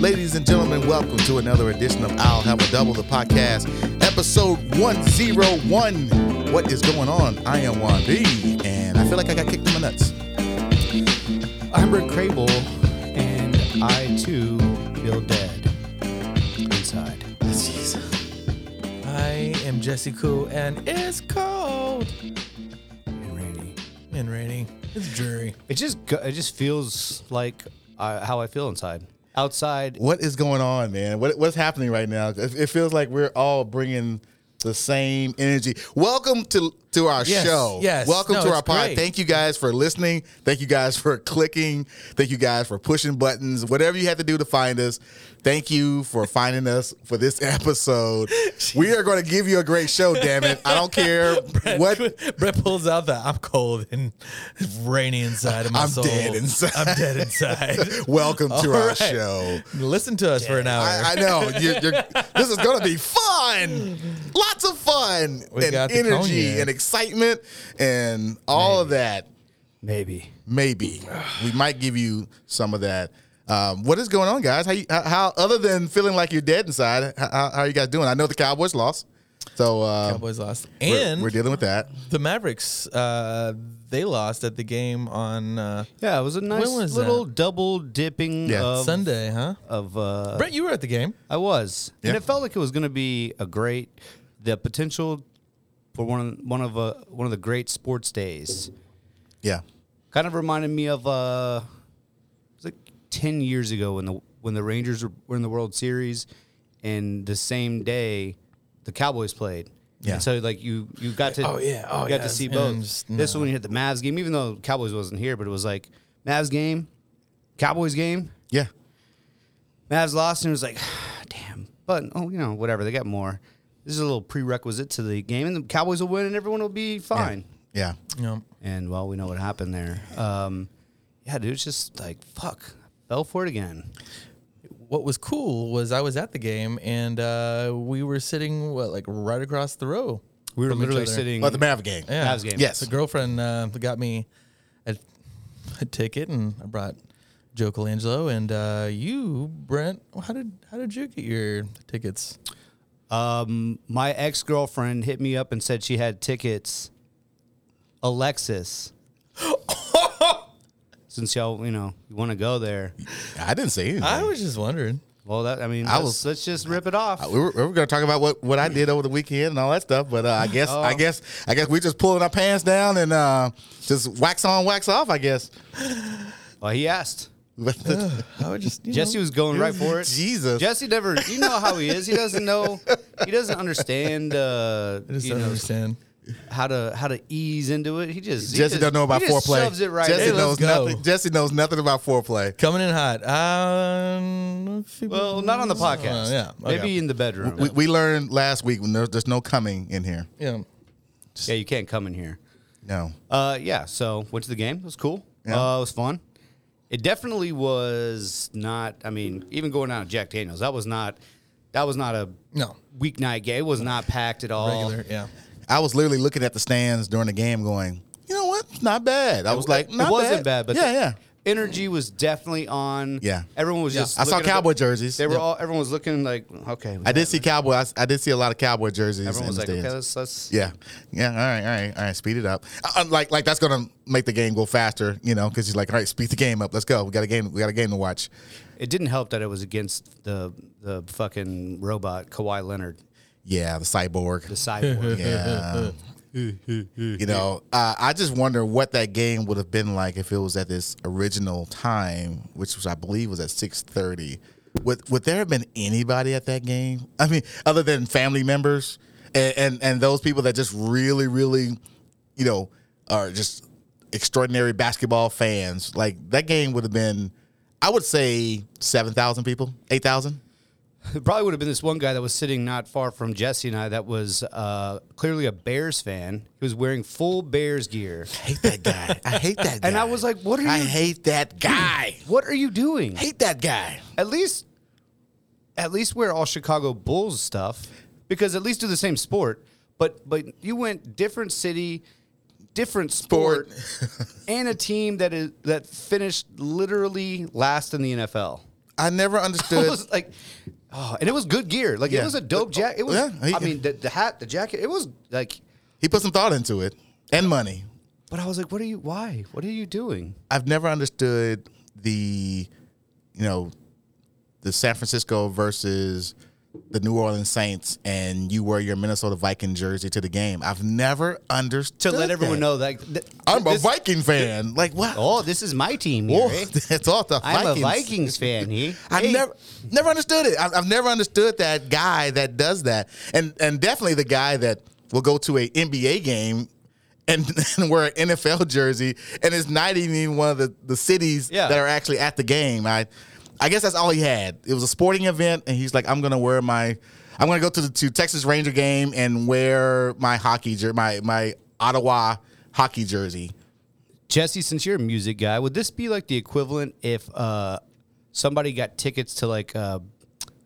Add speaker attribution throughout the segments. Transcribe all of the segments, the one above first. Speaker 1: Ladies and gentlemen, welcome to another edition of I'll Have a Double, the podcast, episode 101. What is going on? I am Juan B, and I feel like I got kicked in the nuts.
Speaker 2: I'm Rick Crable, and I too feel dead inside.
Speaker 3: I am Jesse Cool, and it's cold
Speaker 2: And rainy.
Speaker 3: and rainy. It's dreary.
Speaker 2: It just go- it just feels like uh, how I feel inside. Outside,
Speaker 1: What is going on, man? What, what's happening right now? It, it feels like we're all bringing the same energy. Welcome to to our
Speaker 3: Yes,
Speaker 1: show.
Speaker 3: yes.
Speaker 1: Welcome
Speaker 3: No,
Speaker 1: to
Speaker 3: it's
Speaker 1: our pod.
Speaker 3: great.
Speaker 1: Thank you guys for listening. Thank you guys for clicking. Thank you guys for pushing buttons. Whatever you had to do to find us. Thank you for finding us for this episode. we are going to give you a great show, damn it. I don't care what
Speaker 3: Brett pulls out that I'm cold and it's rainy inside of my
Speaker 1: I'm
Speaker 3: soul.
Speaker 1: dead inside.
Speaker 3: I'm dead inside.
Speaker 1: Welcome to
Speaker 3: All
Speaker 1: our
Speaker 3: right.
Speaker 1: show.
Speaker 3: Listen to us for an hour.
Speaker 1: I, I know. You're, you're, this is going to be fun. Lots of fun
Speaker 3: We
Speaker 1: and
Speaker 3: got the
Speaker 1: energy
Speaker 3: cognac.
Speaker 1: and excitement and all of that.
Speaker 2: maybe.
Speaker 1: Maybe we might give you some of that. Um, what is going on, guys? How, you, how, how other than feeling like you're dead inside? How, how how are you guys doing? I know the Cowboys lost, so uh,
Speaker 3: Cowboys lost,
Speaker 1: we're-
Speaker 3: and
Speaker 1: we're dealing with that.
Speaker 3: the Mavericks uh, they lost at the game on uh,
Speaker 2: Yeah, it was a nice
Speaker 3: was
Speaker 2: little
Speaker 3: that?
Speaker 2: double dipping
Speaker 1: Yeah.
Speaker 2: of
Speaker 3: Sunday, huh?
Speaker 2: of uh,
Speaker 3: Brett, you were at the game.
Speaker 2: I was, and
Speaker 1: Yeah.
Speaker 2: it felt like it was going to be a great, the potential for one one of uh, one of the great sports days.
Speaker 1: Yeah,
Speaker 2: Kind of reminded me of uh, it was like ten years ago when the when the Rangers were, were in the World Series, and the same day the Cowboys played.
Speaker 1: Yeah.
Speaker 2: And so like you you got to
Speaker 3: Oh, yeah. Oh,
Speaker 2: you got
Speaker 3: yeah.
Speaker 2: to see
Speaker 3: And
Speaker 2: both.
Speaker 3: just-
Speaker 2: This one when you hit the Mavs game, even though Cowboys wasn't here, but it was like Mavs game, Cowboys game,
Speaker 1: yeah,
Speaker 2: Mavs lost, and it was like, damn. But oh, you know, whatever. They got more. This is a little prerequisite to the game, and the Cowboys will win, and everyone will be fine.
Speaker 1: yeah.
Speaker 3: No.
Speaker 2: And well, we know what happened there. Um, yeah, dude, it's just like fuck. Fell for it again.
Speaker 3: What was cool was I was at the game, and uh, we were sitting what like right across the row.
Speaker 2: We were
Speaker 3: from each
Speaker 2: literally
Speaker 3: other.
Speaker 2: sitting.
Speaker 1: But the Mav game.
Speaker 3: Yeah.
Speaker 2: Mavs game.
Speaker 1: Yes.
Speaker 3: The girlfriend uh, got me a, a ticket, and I brought Joe Colangelo. And uh, you, Brent, how did how did you get your tickets?
Speaker 2: Um, my ex girlfriend hit me up and said she had tickets. Alexis. Since y'all, you know, you want to go there.
Speaker 1: I didn't say anything.
Speaker 3: I was just wondering.
Speaker 2: Well, that I mean,
Speaker 1: I
Speaker 2: let's,
Speaker 1: was-
Speaker 2: let's just rip it off.
Speaker 1: we were, we were going to talk about what, what I did over the weekend and all that stuff, but uh, I guess I
Speaker 2: Oh.
Speaker 1: guess I guess we just pulling our pants down and uh, just wax on, wax off. I guess.
Speaker 2: Well, he asked.
Speaker 3: I would just you
Speaker 2: Jesse
Speaker 3: know.
Speaker 2: was going right for it.
Speaker 1: Jesus.
Speaker 2: Jesse never. You know how he is. He doesn't know. He doesn't understand. Uh,
Speaker 3: I just
Speaker 2: you
Speaker 3: don't
Speaker 2: know
Speaker 3: understand.
Speaker 2: how to how to ease into it. He just he
Speaker 1: Jesse
Speaker 2: just-
Speaker 1: don't know about
Speaker 2: he just
Speaker 1: foreplay.
Speaker 2: Shoves it right.
Speaker 1: Jesse
Speaker 2: in.
Speaker 3: let's
Speaker 1: knows
Speaker 3: go.
Speaker 1: nothing. Jesse knows nothing about foreplay.
Speaker 3: Coming in hot. Um, if you-
Speaker 2: Well, not on the podcast.
Speaker 3: Uh, yeah. okay.
Speaker 2: Maybe in the bedroom.
Speaker 1: We, we learned last week when there, there's no coming in here.
Speaker 3: Yeah.
Speaker 2: yeah, you can't come in here.
Speaker 1: No.
Speaker 2: Uh, yeah. So went to the game. It was cool.
Speaker 1: Yeah.
Speaker 2: Uh, it was fun. It definitely was not. I mean, even going out to Jack Daniels, that was not. That was not a
Speaker 3: No.
Speaker 2: weeknight game. It was not packed at all.
Speaker 3: Regular. Yeah.
Speaker 1: I was literally looking at the stands during the game, going, you know what? It's Not bad. I was like,
Speaker 2: it
Speaker 1: not
Speaker 2: wasn't bad, but
Speaker 1: yeah,
Speaker 2: the
Speaker 1: yeah.
Speaker 2: energy was definitely on.
Speaker 1: Yeah.
Speaker 2: everyone was
Speaker 3: Yeah.
Speaker 2: just.
Speaker 1: I saw
Speaker 2: looking at
Speaker 1: cowboy
Speaker 2: the-
Speaker 1: jerseys.
Speaker 2: They were all. Everyone was looking like, okay.
Speaker 1: I did see cowboy. I, s- I did see a lot of cowboy jerseys.
Speaker 2: Everyone
Speaker 1: in
Speaker 2: was
Speaker 1: the
Speaker 2: like,
Speaker 1: stands.
Speaker 2: okay, let's. let's
Speaker 1: Yeah. Yeah. All right. All right. All right. Speed it up. Uh, uh, like like that's gonna make the game go faster, you know, because he's like, all right, speed the game up. Let's go. We got a game. We got a game to watch.
Speaker 2: It didn't help that it was against the the fucking robot Kawhi Leonard,
Speaker 1: Yeah. The cyborg.
Speaker 2: the cyborg.
Speaker 1: Yeah. you know, uh, I just wonder what that game would have been like if it was at this original time, which was I believe was at six thirty. Would would there have been anybody at that game? I mean, other than family members and and, and those people that just really, really, you know, are just extraordinary basketball fans. Like that game would have been, I would say seven thousand people, eight thousand.
Speaker 2: It probably would have been this one guy that was sitting not far from Jesse and I that was uh, clearly a Bears fan. He was wearing full Bears gear.
Speaker 1: I hate that guy. I hate that guy.
Speaker 2: And I was like, what are
Speaker 1: I
Speaker 2: you-
Speaker 1: hate that guy.
Speaker 2: What are you doing?
Speaker 1: hate that guy.
Speaker 2: At least, at least wear all Chicago Bulls stuff because at least do the same sport. But but you went different city, different sport, and a team that is that finished literally last in the NFL.
Speaker 1: I never
Speaker 2: It
Speaker 1: understood.
Speaker 2: was like, oh, and it was good gear. Like
Speaker 1: Yeah. Uh,
Speaker 2: it was a dope jacket. It was.
Speaker 1: Yeah, he-
Speaker 2: I mean, the, the hat, the jacket. It was like.
Speaker 1: he put some thought into it and money.
Speaker 2: But I was like, what are you? Why? What are you doing?
Speaker 1: I've never understood the, you know, the San Francisco versus the New Orleans Saints, and you wear your Minnesota Viking jersey to the game. I've never
Speaker 2: To
Speaker 1: understood
Speaker 2: let everyone
Speaker 1: that.
Speaker 2: know that th-
Speaker 1: I'm a
Speaker 2: this-
Speaker 1: Viking fan. Like what?
Speaker 2: Oh, this is my team. Here,
Speaker 1: Whoa,
Speaker 2: eh?
Speaker 1: it's all the Vikings.
Speaker 2: I'm a Vikings fan. He.
Speaker 1: I
Speaker 2: Hey,
Speaker 1: never, never understood it. I've, I've never understood that guy that does that, and and definitely the guy that will go to a NBA game and, and wear an NFL jersey, and it's not even one of the, the cities
Speaker 2: Yeah.
Speaker 1: that are actually at the game. I, I guess that's all he had. It was a sporting event, and he's like, I'm gonna wear my, I'm gonna go to the to Texas Ranger game and wear my hockey jer- my my Ottawa hockey jersey.
Speaker 2: Jesse, since you're a music guy, would this be like the equivalent if uh, somebody got tickets to like uh,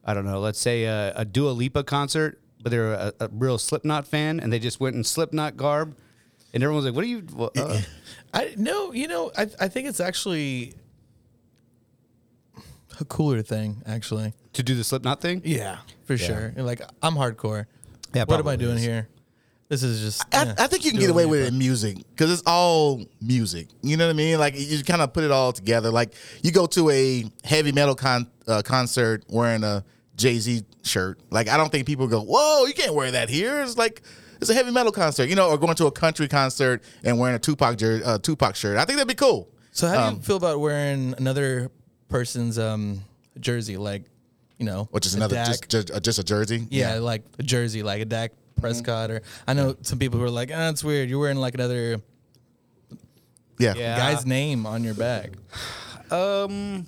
Speaker 2: I don't know, let's say a, a Dua Lipa concert, but they're a, a real Slipknot fan and they just went in Slipknot garb, and everyone's like, "What are you?" wha- Uh,
Speaker 3: I no, you know, I I think it's actually a cooler thing, actually.
Speaker 2: to do the Slipknot thing?
Speaker 3: Yeah, for sure. You're like I'm hardcore.
Speaker 2: Yeah,
Speaker 3: what am I
Speaker 2: probably
Speaker 3: doing
Speaker 2: is.
Speaker 3: here? This is just.
Speaker 1: I,
Speaker 3: yeah,
Speaker 1: I think you can
Speaker 3: doing
Speaker 1: get away
Speaker 3: me,
Speaker 1: with
Speaker 3: but-
Speaker 1: it in music because it's all music. You know what I mean? Like you kind of put it all together. Like you go to a heavy metal con- uh, concert wearing a Jay Z shirt. Like I don't think people go, "Whoa, you can't wear that here." It's like it's a heavy metal concert, you know, or going to a country concert and wearing a Tupac jer- uh, Tupac shirt. I think that'd be cool.
Speaker 3: So how
Speaker 1: um,
Speaker 3: do you feel about wearing another person's um jersey, like you know,
Speaker 1: Or just
Speaker 3: a
Speaker 1: another
Speaker 3: Dak-
Speaker 1: just, Mm-hmm. just uh, just a jersey.
Speaker 3: yeah, like a jersey, like a Dak Prescott, or I know some people who are like, ah, it's weird. You're wearing like another
Speaker 1: yeah,
Speaker 2: Yeah.
Speaker 3: guy's name on your back.
Speaker 2: Um.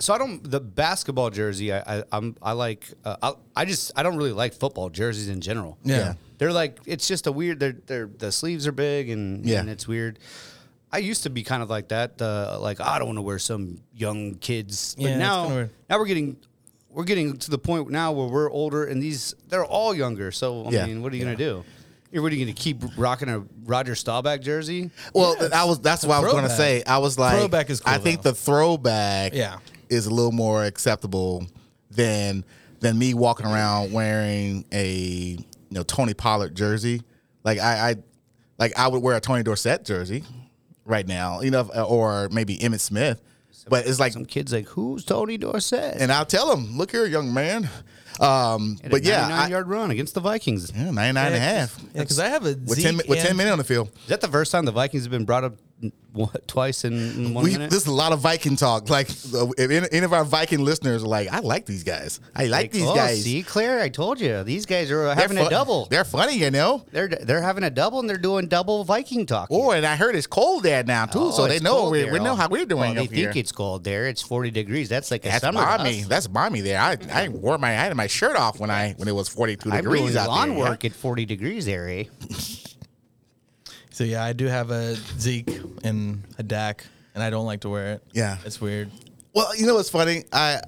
Speaker 2: So I don't the basketball jersey. I, I I'm I like uh, I I just I don't really like football jerseys in general.
Speaker 3: Yeah.
Speaker 1: Yeah.
Speaker 2: They're like it's just a weird. They're they're the sleeves are big and
Speaker 1: Yeah.
Speaker 2: and it's weird. I used to be kind of like that. Uh, like I don't want to wear some young kids. But
Speaker 3: Yeah, it's
Speaker 2: now
Speaker 3: kinda weird.
Speaker 2: now we're getting we're getting to the point now where we're older and these they're all younger. So I
Speaker 1: Yeah.
Speaker 2: mean, what are you gonna do? You're what are you gonna keep rocking a Roger Staubach jersey?
Speaker 1: Well, I was. That's what I was going to
Speaker 3: throwback.
Speaker 1: say. I was like,
Speaker 3: Throwback is cool,
Speaker 1: I think
Speaker 3: though.
Speaker 1: the throwback,
Speaker 3: Yeah.
Speaker 1: is a little more acceptable than than me walking around wearing a you know Tony Pollard jersey. Like I, I like I would wear a Tony Dorsett jersey right now, you know, or maybe Emmett Smith. But it's like,
Speaker 2: Some kids like who's Tony Dorsett?
Speaker 1: and I'll tell him, look here, young man. Um,
Speaker 2: Had a
Speaker 1: but yeah,
Speaker 2: 99
Speaker 1: I,
Speaker 2: yard run against the Vikings.
Speaker 1: yeah, 99 and a half.
Speaker 3: Yeah, because I have a
Speaker 1: With
Speaker 3: Zeke
Speaker 1: 10, mi- with 10
Speaker 3: and-
Speaker 1: minutes on the field.
Speaker 2: Is that the first time the Vikings have been brought up n- what, twice in, in one
Speaker 1: we,
Speaker 2: minute?
Speaker 1: this is a lot of Viking talk. Like, uh, if any, any of our Viking listeners are like, I like these guys. I like,
Speaker 2: Like,
Speaker 1: these
Speaker 2: oh,
Speaker 1: guys.
Speaker 2: see, Claire, I told you these guys are
Speaker 1: They're
Speaker 2: having a
Speaker 1: fun-
Speaker 2: double.
Speaker 1: They're funny, you know.
Speaker 2: They're they're having a double and they're doing double Viking talk.
Speaker 1: Oh, and I heard it's cold there now too,
Speaker 2: Oh,
Speaker 1: so they
Speaker 2: it's
Speaker 1: know
Speaker 2: cold
Speaker 1: we,
Speaker 2: there.
Speaker 1: we know how we're doing
Speaker 2: Well, they
Speaker 1: up
Speaker 2: think
Speaker 1: here.
Speaker 2: it's cold there. It's forty degrees. That's like a
Speaker 1: That's
Speaker 2: summer. to
Speaker 1: mommy.
Speaker 2: us.
Speaker 1: That's mommy there. I, I wore my I had my shirt off when I when it was forty two
Speaker 2: I'm
Speaker 1: degrees
Speaker 2: doing
Speaker 1: out
Speaker 2: lawn
Speaker 1: there.
Speaker 2: work at forty degrees there. Eh?
Speaker 3: So yeah, I do have a Zeke and a Dak, and I don't like to wear it.
Speaker 1: Yeah.
Speaker 3: it's weird.
Speaker 1: Well, you know what's funny? I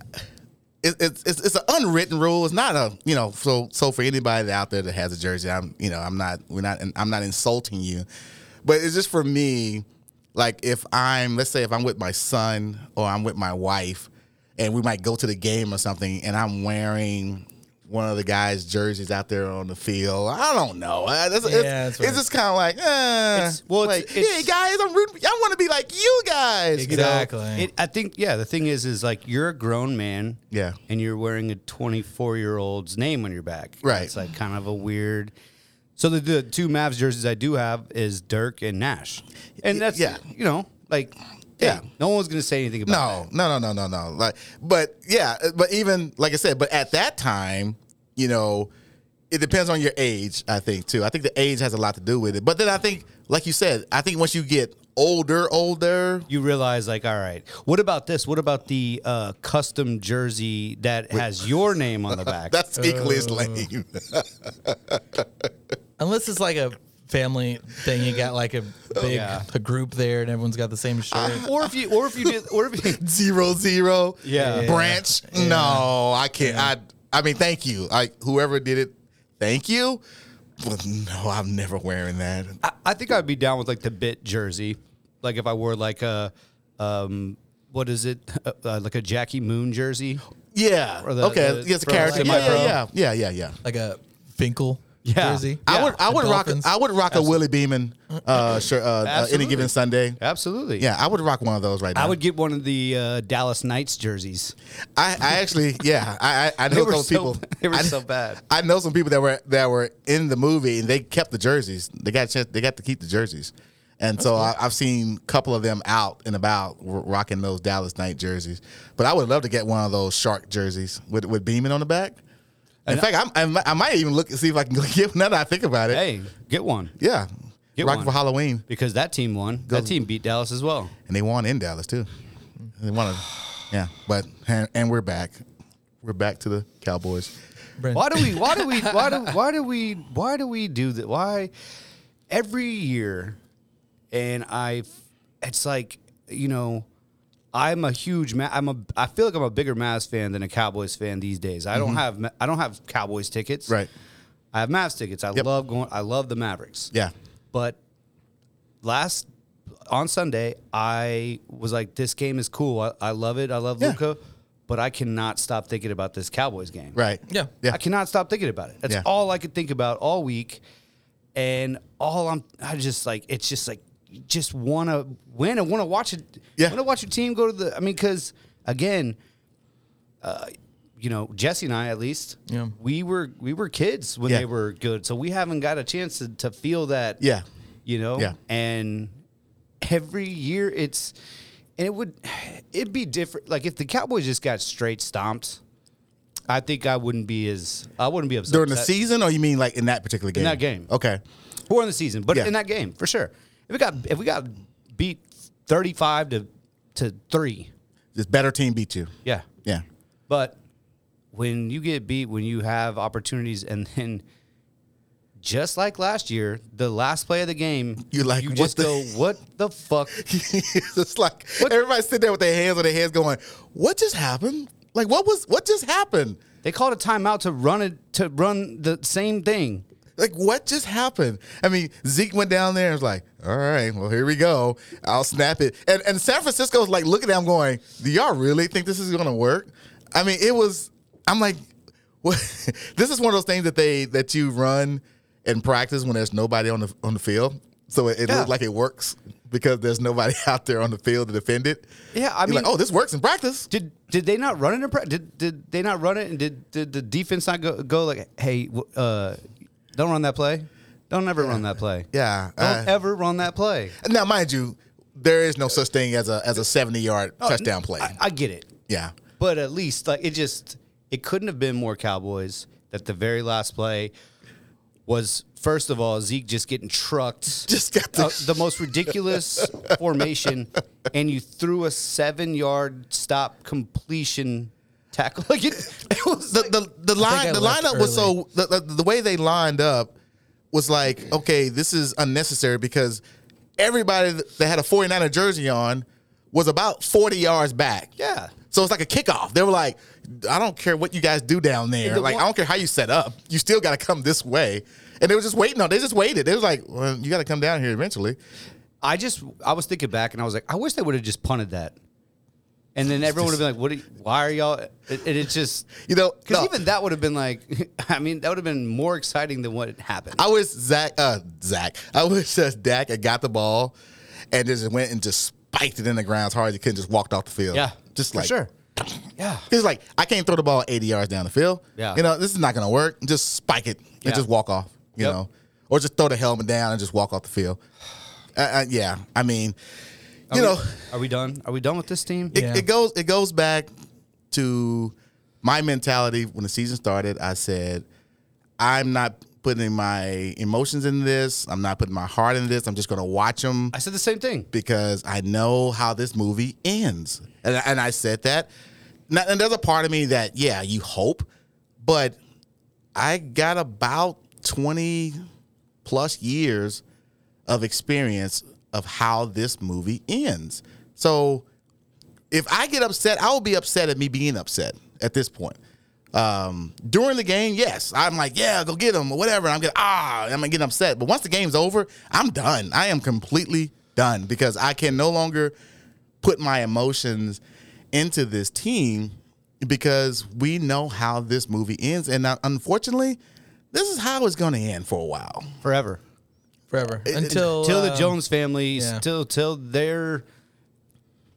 Speaker 1: it, it's it's it's an unwritten rule. It's not a you know so so for anybody out there that has a jersey, I'm you know I'm not we're not I'm not insulting you, but it's just for me. Like if I'm let's say if I'm with my son or I'm with my wife, and we might go to the game or something, and I'm wearing one of the guys' jerseys out there on the field. I don't know. Uh, that's- it's,
Speaker 3: Yeah, that's
Speaker 1: it's
Speaker 3: right.
Speaker 1: just kind of like, eh.
Speaker 2: It's- well, it's-
Speaker 1: like,
Speaker 2: it's-
Speaker 1: hey guys, I'm rooting. I want to be like you guys. you know?
Speaker 3: Exactly.
Speaker 2: It, I think yeah. The thing is, is like you're a grown man.
Speaker 1: Yeah.
Speaker 2: And you're wearing a 24 year old's name on your back.
Speaker 1: Right.
Speaker 2: It's like kind of a weird. So the, the two Mavs jerseys I do have is Dirk and Nash, and that's
Speaker 1: Yeah.
Speaker 2: yeah. You know, like
Speaker 1: Yeah.
Speaker 2: yeah. No one's gonna say anything about.
Speaker 1: No, no, no, no, no, no. Like, but yeah, but even like I said, but at that time, you know, it depends on your age. I think too. I think the age has a lot to do with it. But then I think, like you said, I think once you get older, older,
Speaker 2: you realize like all right what about this what about the uh, custom jersey that has your name on the back
Speaker 1: that's equally
Speaker 2: Uh.
Speaker 1: as lame.
Speaker 3: Unless it's like a family thing, you got like a big
Speaker 2: Oh, Yeah.
Speaker 3: a group there, and everyone's got the same shirt.
Speaker 2: or if you or if you did or if you
Speaker 1: zero zero.
Speaker 2: Yeah. Yeah.
Speaker 1: Branch. No, I can't. I. I mean, thank you. Like whoever did it, thank you. But no, I'm never wearing that.
Speaker 2: I, I think I'd be down with like the bit jersey, like if I wore like a um. what is it? Uh, uh, like a Jackie Moon jersey?
Speaker 1: Yeah.
Speaker 2: Or the-
Speaker 1: okay.
Speaker 2: the-
Speaker 1: yes, a
Speaker 2: from
Speaker 1: character.
Speaker 2: Semi
Speaker 1: Yeah, yeah,
Speaker 2: Pro.
Speaker 1: yeah, yeah, yeah, yeah.
Speaker 3: like a Finkel
Speaker 2: Yeah.
Speaker 3: jersey.
Speaker 1: I would, I
Speaker 3: The
Speaker 1: would rock,
Speaker 3: Dolphins.
Speaker 1: I would rock a Willie Beeman uh, shirt uh, uh, any
Speaker 2: Absolutely.
Speaker 1: given Sunday.
Speaker 2: Absolutely.
Speaker 1: Yeah, I would rock one of those right now.
Speaker 2: I would get one of the uh, Dallas Knights jerseys.
Speaker 1: I, I actually, yeah, I, I, I know
Speaker 2: were
Speaker 1: some
Speaker 2: so-
Speaker 1: people.
Speaker 2: they were
Speaker 1: I,
Speaker 2: so bad.
Speaker 1: I know some people that were that were in the movie and they kept the jerseys. They got a chance, they got to keep the jerseys, and so I, I've seen a couple of them out and about r- rocking those Dallas Knight jerseys. But I would love to get one of those shark jerseys with with Beeman on the back. In fact, I'm, I, might- I might even look and see if I can go get. Now that I think about it,
Speaker 2: Hey, get one
Speaker 1: yeah,
Speaker 2: Get
Speaker 1: rock it
Speaker 2: one.
Speaker 1: for Halloween,
Speaker 2: because that team won. That team beat Dallas as well.
Speaker 1: and they won in Dallas too. They won, a- yeah. But and, and we're back, we're back to the Cowboys.
Speaker 3: Brent,
Speaker 2: Why do we? Why do we? Why do? Why do we? Why do we do that? Why every year? And I, it's like you know, I'm a huge Ma- I'm a. I feel like I'm a bigger Mavs fan than a Cowboys fan these days. I don't have. Ma- I don't have Cowboys tickets.
Speaker 1: Mm-hmm. Right.
Speaker 2: I have Mavs tickets. I
Speaker 1: Yep.
Speaker 2: love going. I love the Mavericks.
Speaker 1: Yeah.
Speaker 2: But last on Sunday, I was like, this game is cool. I, I love it. I love
Speaker 1: Yeah.
Speaker 2: Luca, but I cannot stop thinking about this Cowboys game.
Speaker 1: Right.
Speaker 3: Yeah.
Speaker 1: Yeah.
Speaker 2: I cannot stop thinking about it. That's
Speaker 1: Yeah.
Speaker 2: all I could think about all week. And all I'm, I just like, it's just like, you just want to win. I want to watch it.
Speaker 1: Yeah.
Speaker 2: want to watch your team go to the, I mean, because again, uh, you know, Jesse and I, at least,
Speaker 3: Yeah.
Speaker 2: we were we were kids when
Speaker 1: Yeah.
Speaker 2: they were good, so we haven't got a chance to, to feel that.
Speaker 1: Yeah.
Speaker 2: you know.
Speaker 1: Yeah.
Speaker 2: and every year it's, and it would, it'd be different. Like if the Cowboys just got straight stomped, I think I wouldn't be as I wouldn't be upset
Speaker 1: During the
Speaker 2: that-
Speaker 1: season, or you mean like in that particular game?
Speaker 2: that game.
Speaker 1: Okay.
Speaker 2: or in the season, but
Speaker 1: Yeah.
Speaker 2: in that game for sure. If we got if we got beat thirty five to to three,
Speaker 1: This better team beat you.
Speaker 2: yeah,
Speaker 1: Yeah.
Speaker 2: But when you get beat, when you have opportunities, and then just like last year, the last play of the game,
Speaker 1: You're like,
Speaker 2: you
Speaker 1: what
Speaker 2: just
Speaker 1: the-
Speaker 2: go, what the fuck?
Speaker 1: it's like everybody sit there with their hands on their heads going, What just happened? Like what was what just happened?
Speaker 2: They called a timeout to run it to run the same thing.
Speaker 1: Like what just happened? I mean, Zeke went down there and was like, All right, well here we go. I'll snap it. And and San Francisco's like looking at him going, Do y'all really think this is gonna work? I mean, it was I'm like what this is one of those things that they that you run and practice when there's nobody on the on the field. So it, it
Speaker 2: Yeah.
Speaker 1: looks like it works because there's nobody out there on the field to defend it.
Speaker 2: Yeah, I
Speaker 1: You're
Speaker 2: mean,
Speaker 1: like, oh, this works in practice.
Speaker 2: did did they not run it? In pra- did did they not run it? And did did the defense not go go like, hey, w- uh, don't run that play. Don't ever run that play.
Speaker 1: Yeah.
Speaker 2: Don't
Speaker 1: uh,
Speaker 2: ever run that play.
Speaker 1: now, mind you, there is no such thing as a as a seventy yard touchdown play.
Speaker 2: I, I get it.
Speaker 1: yeah.
Speaker 2: But at least like it just it couldn't have been more Cowboys that the very last play was first of all Zeke just getting trucked.
Speaker 1: Just got the-
Speaker 2: uh, the most ridiculous formation and you threw a 7-yard stop completion tackle like it, it was
Speaker 1: The the, the line
Speaker 3: I
Speaker 1: the
Speaker 3: left
Speaker 1: lineup was so the, the, the way they lined up was like, okay, this is unnecessary because everybody that had a 49er jersey on was about 40 yards back.
Speaker 2: Yeah.
Speaker 1: So it's like a kickoff. They were like, I don't care what you guys do down there.
Speaker 2: the
Speaker 1: Like,
Speaker 2: one-
Speaker 1: I don't care how you set up. You still got to come this way. And they were just waiting on. They just waited. They was like, well, you got to come down here eventually.
Speaker 2: I just I was thinking back and I was like, I wish they would have just punted that. And then everyone would have been like, "What? Are you, why are y'all?" And it's just
Speaker 1: You know,
Speaker 2: because
Speaker 1: no.
Speaker 2: even that would have been like, I mean, that would have been more exciting than what happened.
Speaker 1: I wish Zach, uh, Zach, I wish uh, Dak had got the ball and just went and just spiked it in the ground as hard as he could and just walked off the field.
Speaker 2: yeah,
Speaker 1: Just
Speaker 2: for
Speaker 1: like,
Speaker 2: sure. Yeah,
Speaker 1: He's like, I can't throw the ball 80 yards down the field.
Speaker 2: Yeah.
Speaker 1: You know, this is not going to work. Just spike it and
Speaker 2: Yeah.
Speaker 1: just walk off, you
Speaker 2: Yep.
Speaker 1: know, or just throw the helmet down and just walk off the field. Uh, uh, yeah. I mean, you know,
Speaker 2: are we done? Are we done with this team?
Speaker 1: it,
Speaker 3: Yeah.
Speaker 1: it goes it goes back to my mentality when the season started. I said, I'm not putting my emotions in this. I'm not putting my heart in this. I'm just going to watch them
Speaker 2: I said the same thing.
Speaker 1: because I know how this movie ends. And I, and I said that. Now, and there's a part of me that, yeah, you hope, but I got about 20 plus years of experience of how this movie ends. So if I get upset, I will be upset at me being upset at this point. Um, during the game, yes, I'm like, yeah, go get him or whatever. I'm getting ah, I'm getting upset. But once the game's over, I'm done. I am completely done because I can no longer put my emotions into this team because we know how this movie ends, and uh, unfortunately, this is how it's going to end for a while.
Speaker 2: forever.
Speaker 3: forever until
Speaker 2: till the
Speaker 3: uh,
Speaker 2: Jones family,
Speaker 3: yeah.
Speaker 2: till till they're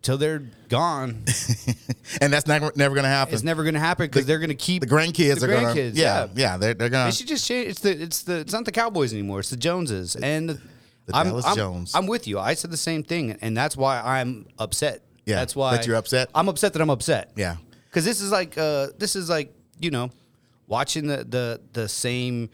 Speaker 2: till they're gone.
Speaker 1: and that's never never going to happen.
Speaker 2: It's never going to happen because they're going to keep
Speaker 1: the grandkids
Speaker 2: the
Speaker 1: are going to,
Speaker 2: grandkids,
Speaker 1: yeah, yeah,
Speaker 2: yeah.
Speaker 1: they're they're going
Speaker 2: They
Speaker 1: to.
Speaker 2: should just change. It's the it's the it's not the Cowboys anymore. It's the Joneses and the, I'm,
Speaker 1: Dallas
Speaker 2: I'm-
Speaker 1: Jones.
Speaker 2: I'm with you. I said the same thing, and that's why I'm upset.
Speaker 1: Yeah,
Speaker 2: that's why
Speaker 1: that you're upset?
Speaker 2: I'm upset that I'm upset.
Speaker 1: Yeah.
Speaker 2: because this is like uh this is like you know watching the the the same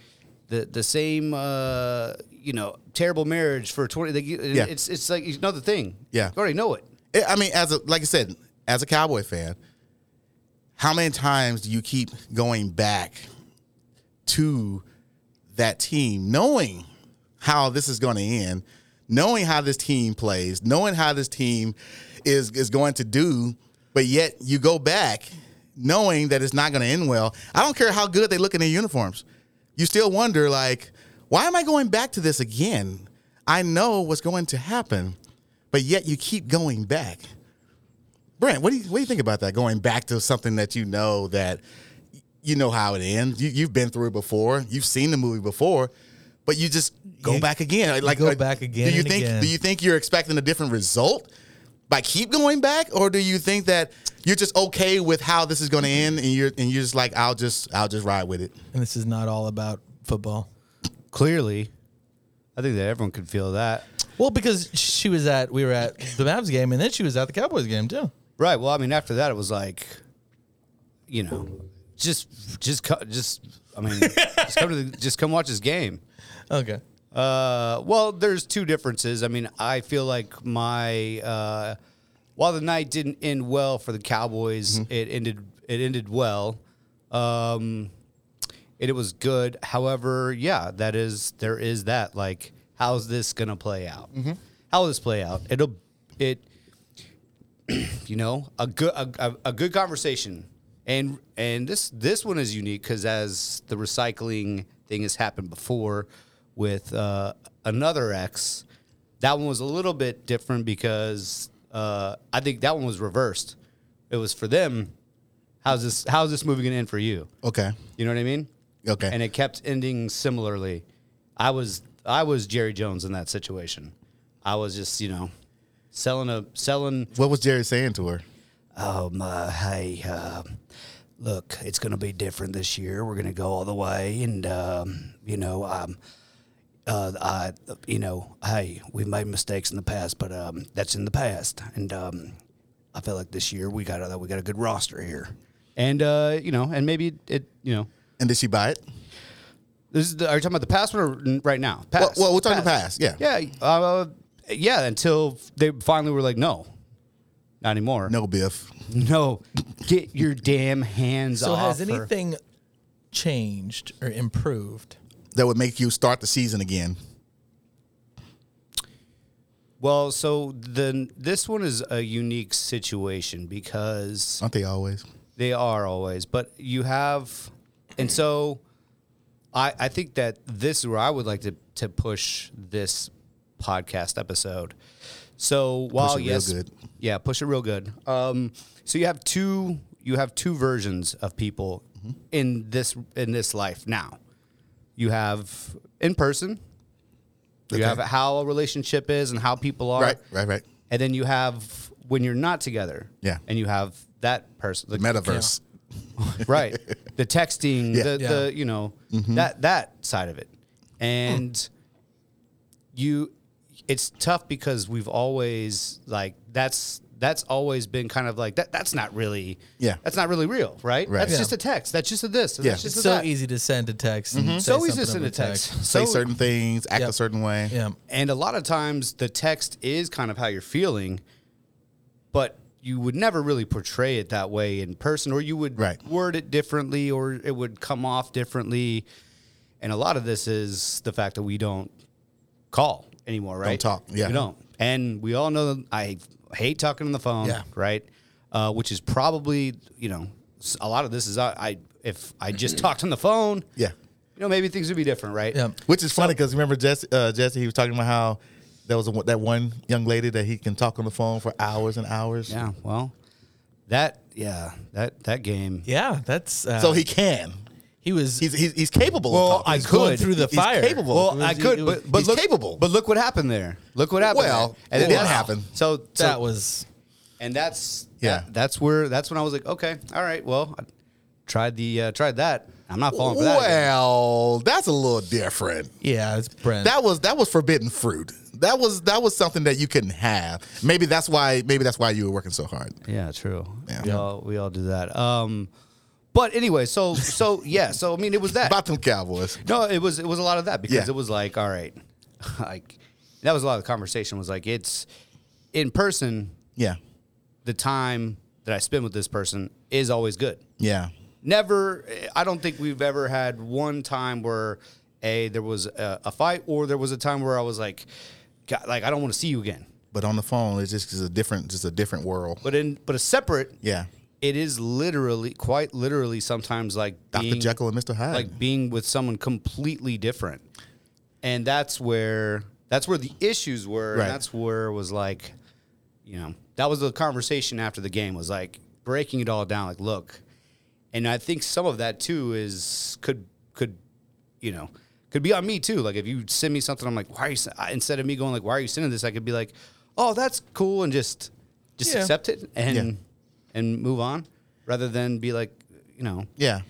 Speaker 2: the the same uh you know terrible marriage for twenty. They,
Speaker 1: Yeah.
Speaker 2: yeah. it's it's like another thing.
Speaker 1: Yeah.
Speaker 2: you already know it.
Speaker 1: I mean, as a like I said, as a cowboy fan, how many times do you keep going back to that team, knowing how this is going to end, knowing how this team plays, knowing how this team is is going to do, but yet you go back knowing that it's not going to end well. I don't care how good they look in their uniforms. You still wonder like, why am I going back to this again? I know what's going to happen, but yet you keep going back. Brent, what do you what do you think about that? Going back to something that you know that you know how it ends. You, you've been through it before. You've seen the movie before, but you just go
Speaker 3: You-
Speaker 1: back again. Like
Speaker 3: go
Speaker 1: like,
Speaker 3: back again
Speaker 1: Do you
Speaker 3: and
Speaker 1: think
Speaker 3: again.
Speaker 1: do you think you're expecting a different result by keep going back, or do you think that you're just okay with how this is going to end, and you're and you're just like I'll just I'll just ride with it.
Speaker 3: and this is not all about football.
Speaker 2: Clearly, I think that everyone could feel that.
Speaker 3: Well, because she was at we were at the Mavs game, and then she was at the Cowboys game too.
Speaker 2: Right. Well, I mean, after that, it was like, you know, just, just, co- just. I mean, just come to the, just come watch this game.
Speaker 3: Okay,
Speaker 2: Uh, well, there's two differences. I mean, I feel like my uh, while the night didn't end well for the Cowboys, it ended it ended well. Um, it, it was good. However, yeah, that is there is that like how's this gonna play out? How will this play out? It'll it you know a good a, a, a good conversation and and this this one is unique because as the recycling thing has happened before with uh, another ex that one was a little bit different because uh, i think that one was reversed it was for them how's this how's this movie gonna end for you
Speaker 1: Okay,
Speaker 2: you know what i mean
Speaker 1: Okay.
Speaker 2: and it kept ending similarly i was i was jerry jones in that situation i was just you know selling a selling
Speaker 1: what was Jerry saying to her?
Speaker 2: um, uh, hey, uh, look, it's going to be different this year. We're going to go all the way, and um, you know, um, uh, I, you know, hey, we've made mistakes in the past, but um, that's in the past, and um, I feel like this year we got a, we got a good roster here, and uh, you know, and maybe it, you know.
Speaker 1: And did she buy it?
Speaker 2: This is the, are you talking about the past one or n- right now? Past.
Speaker 1: well, we're talking past,
Speaker 2: Yeah. Uh, yeah. Until they finally were like, no, not anymore.
Speaker 1: No, Biff.
Speaker 2: No, get your damn hands
Speaker 3: so
Speaker 2: off.
Speaker 3: has
Speaker 2: her.
Speaker 3: anything changed or improved?
Speaker 1: That would make you start the season again.
Speaker 2: Well, so then this one is a unique situation because
Speaker 1: Aren't they always?
Speaker 2: they are always, but you have, and so I I think that this is where I would like to to push this podcast episode. So while
Speaker 1: it real
Speaker 2: yes,
Speaker 1: good.
Speaker 2: yeah, push it real good. Um, so you have two you have two versions of people
Speaker 1: Mm-hmm.
Speaker 2: in this in this life now. You have in person. You
Speaker 1: Okay.
Speaker 2: have how a relationship is and how people are.
Speaker 1: Right, right, right.
Speaker 2: And then you have when you're not together.
Speaker 1: Yeah.
Speaker 2: And you have that person. the-
Speaker 1: Metaverse.
Speaker 2: right the texting
Speaker 1: Yeah. Mm-hmm.
Speaker 2: the,
Speaker 3: Yeah.
Speaker 2: the you know that that side of it and you it's tough because we've always like that's that's always been kind of like that that's not really
Speaker 1: Yeah.
Speaker 2: that's not really real right,
Speaker 1: Right.
Speaker 2: that's
Speaker 1: Yeah.
Speaker 2: just a text that's just a this
Speaker 1: Yeah.
Speaker 2: that's just
Speaker 3: It's
Speaker 2: a
Speaker 3: so
Speaker 2: that. Mm-hmm.
Speaker 3: easy to send a text. and say
Speaker 2: so easy to
Speaker 3: something
Speaker 2: send
Speaker 3: over
Speaker 2: a text,
Speaker 1: Say
Speaker 2: so
Speaker 1: certain things, act
Speaker 3: Yeah.
Speaker 1: a certain way.
Speaker 3: Yeah,
Speaker 2: and a lot of times the text is kind of how you're feeling, but you would never really portray it that way in person, or you would
Speaker 1: Right.
Speaker 2: word it differently, or it would come off differently. And a lot of this is the fact that we don't call anymore, right?
Speaker 1: talk, yeah.
Speaker 2: We don't. And we all know that I hate talking on the phone,
Speaker 1: Yeah.
Speaker 2: right? Uh, which is probably, you know, s- a lot of this is I, I if I just talked on the phone,
Speaker 1: Yeah.
Speaker 2: you know, maybe things would be different, right?
Speaker 3: yeah.
Speaker 1: Which is funny because remember Jesse, uh, Jesse, he was talking about how That was the one- that one young lady that he can talk on the phone for hours and hours.
Speaker 2: Yeah. Well, that yeah that that game.
Speaker 3: Yeah, that's uh,
Speaker 1: So he can.
Speaker 3: he was
Speaker 1: He's he's, he's capable.
Speaker 2: Well,
Speaker 1: of talking.
Speaker 2: I
Speaker 1: He's
Speaker 2: could.
Speaker 1: going
Speaker 3: through the
Speaker 1: He's
Speaker 3: fire.
Speaker 1: capable.
Speaker 2: Well,
Speaker 3: It was-
Speaker 2: I could,
Speaker 3: it was-
Speaker 2: but but
Speaker 1: he's
Speaker 2: look,
Speaker 1: capable.
Speaker 2: But look what happened there. Look what happened.
Speaker 1: Well,
Speaker 2: there. and
Speaker 1: it
Speaker 2: then-
Speaker 1: did happen.
Speaker 2: So, so
Speaker 3: that was
Speaker 2: and that's
Speaker 1: Yeah.
Speaker 2: that- that's where that's when I was like, okay, all right, well, I tried the uh, tried that. I'm not falling for that. again.
Speaker 1: Well, that's a little different.
Speaker 3: yeah, it's Brent.
Speaker 1: That was that was forbidden fruit. That was that was something that you couldn't have. Maybe that's why maybe that's why you were working so hard.
Speaker 2: Yeah, true.
Speaker 1: Yeah.
Speaker 2: We all we all do that. Um, but anyway, so so yeah, so I mean, it was that.
Speaker 1: About them Cowboys.
Speaker 2: No, it was it was a lot of that because
Speaker 1: Yeah.
Speaker 2: it was like, all right, like that was a lot of the conversation was like it's in person.
Speaker 1: Yeah.
Speaker 2: The time that I spend with this person is always good.
Speaker 1: Yeah.
Speaker 2: Never, I don't think we've ever had one time where a there was a, a fight or there was a time where I was like, God, like I don't want to see you again.
Speaker 1: But on the phone, it's just it's a different just a different world.
Speaker 2: But in but a separate,
Speaker 1: Yeah.
Speaker 2: it is literally quite literally sometimes like
Speaker 1: Dr.
Speaker 2: being-
Speaker 1: Jekyll and Mr. Hyde.
Speaker 2: like being with someone completely different and that's where that's where the issues were
Speaker 1: Right.
Speaker 2: and that's where it was like you know that was the conversation after the game was like breaking it all down like look and i think some of that too is could could you know could be on me too like if you send me something i'm like why are you sen- I- instead of me going like why are you sending this i could be like oh that's cool and just just
Speaker 3: Yeah.
Speaker 2: accept it and and move on rather than be like you know
Speaker 1: Yeah.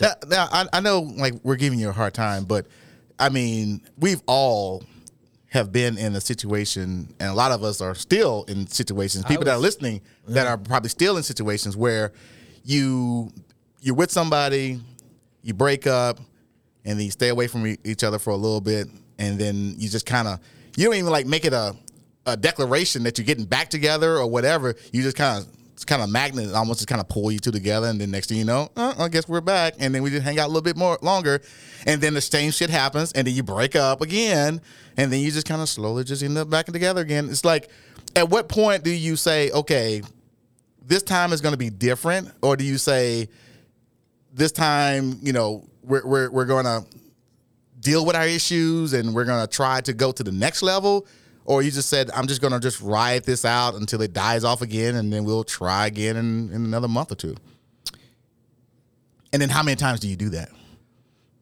Speaker 1: Now, now, I, I know like we're giving you a hard time, but I mean we've all have been in a situation, and a lot of us are still in situations. People that are listening that are probably still in situations where you you're with somebody, you break up, and then you stay away from e- each other for a little bit, and then you just kind of you don't even like make it a a declaration that you're getting back together or whatever. You just kind of it's kind of magnet it almost just kind of pull you two together, and then next thing you know, uh, I guess we're back, and then we just hang out a little bit more longer, and then the same shit happens, and then you break up again, and then you just kind of slowly just end up back together again. It's like, at what point do you say, okay, this time is going to be different, or do you say, this time, you know, we're we're, we're going to deal with our issues and we're going to try to go to the next level or you just said i'm just going to just ride this out until it dies off again and then we'll try again in, in another month or two and then how many times do you do that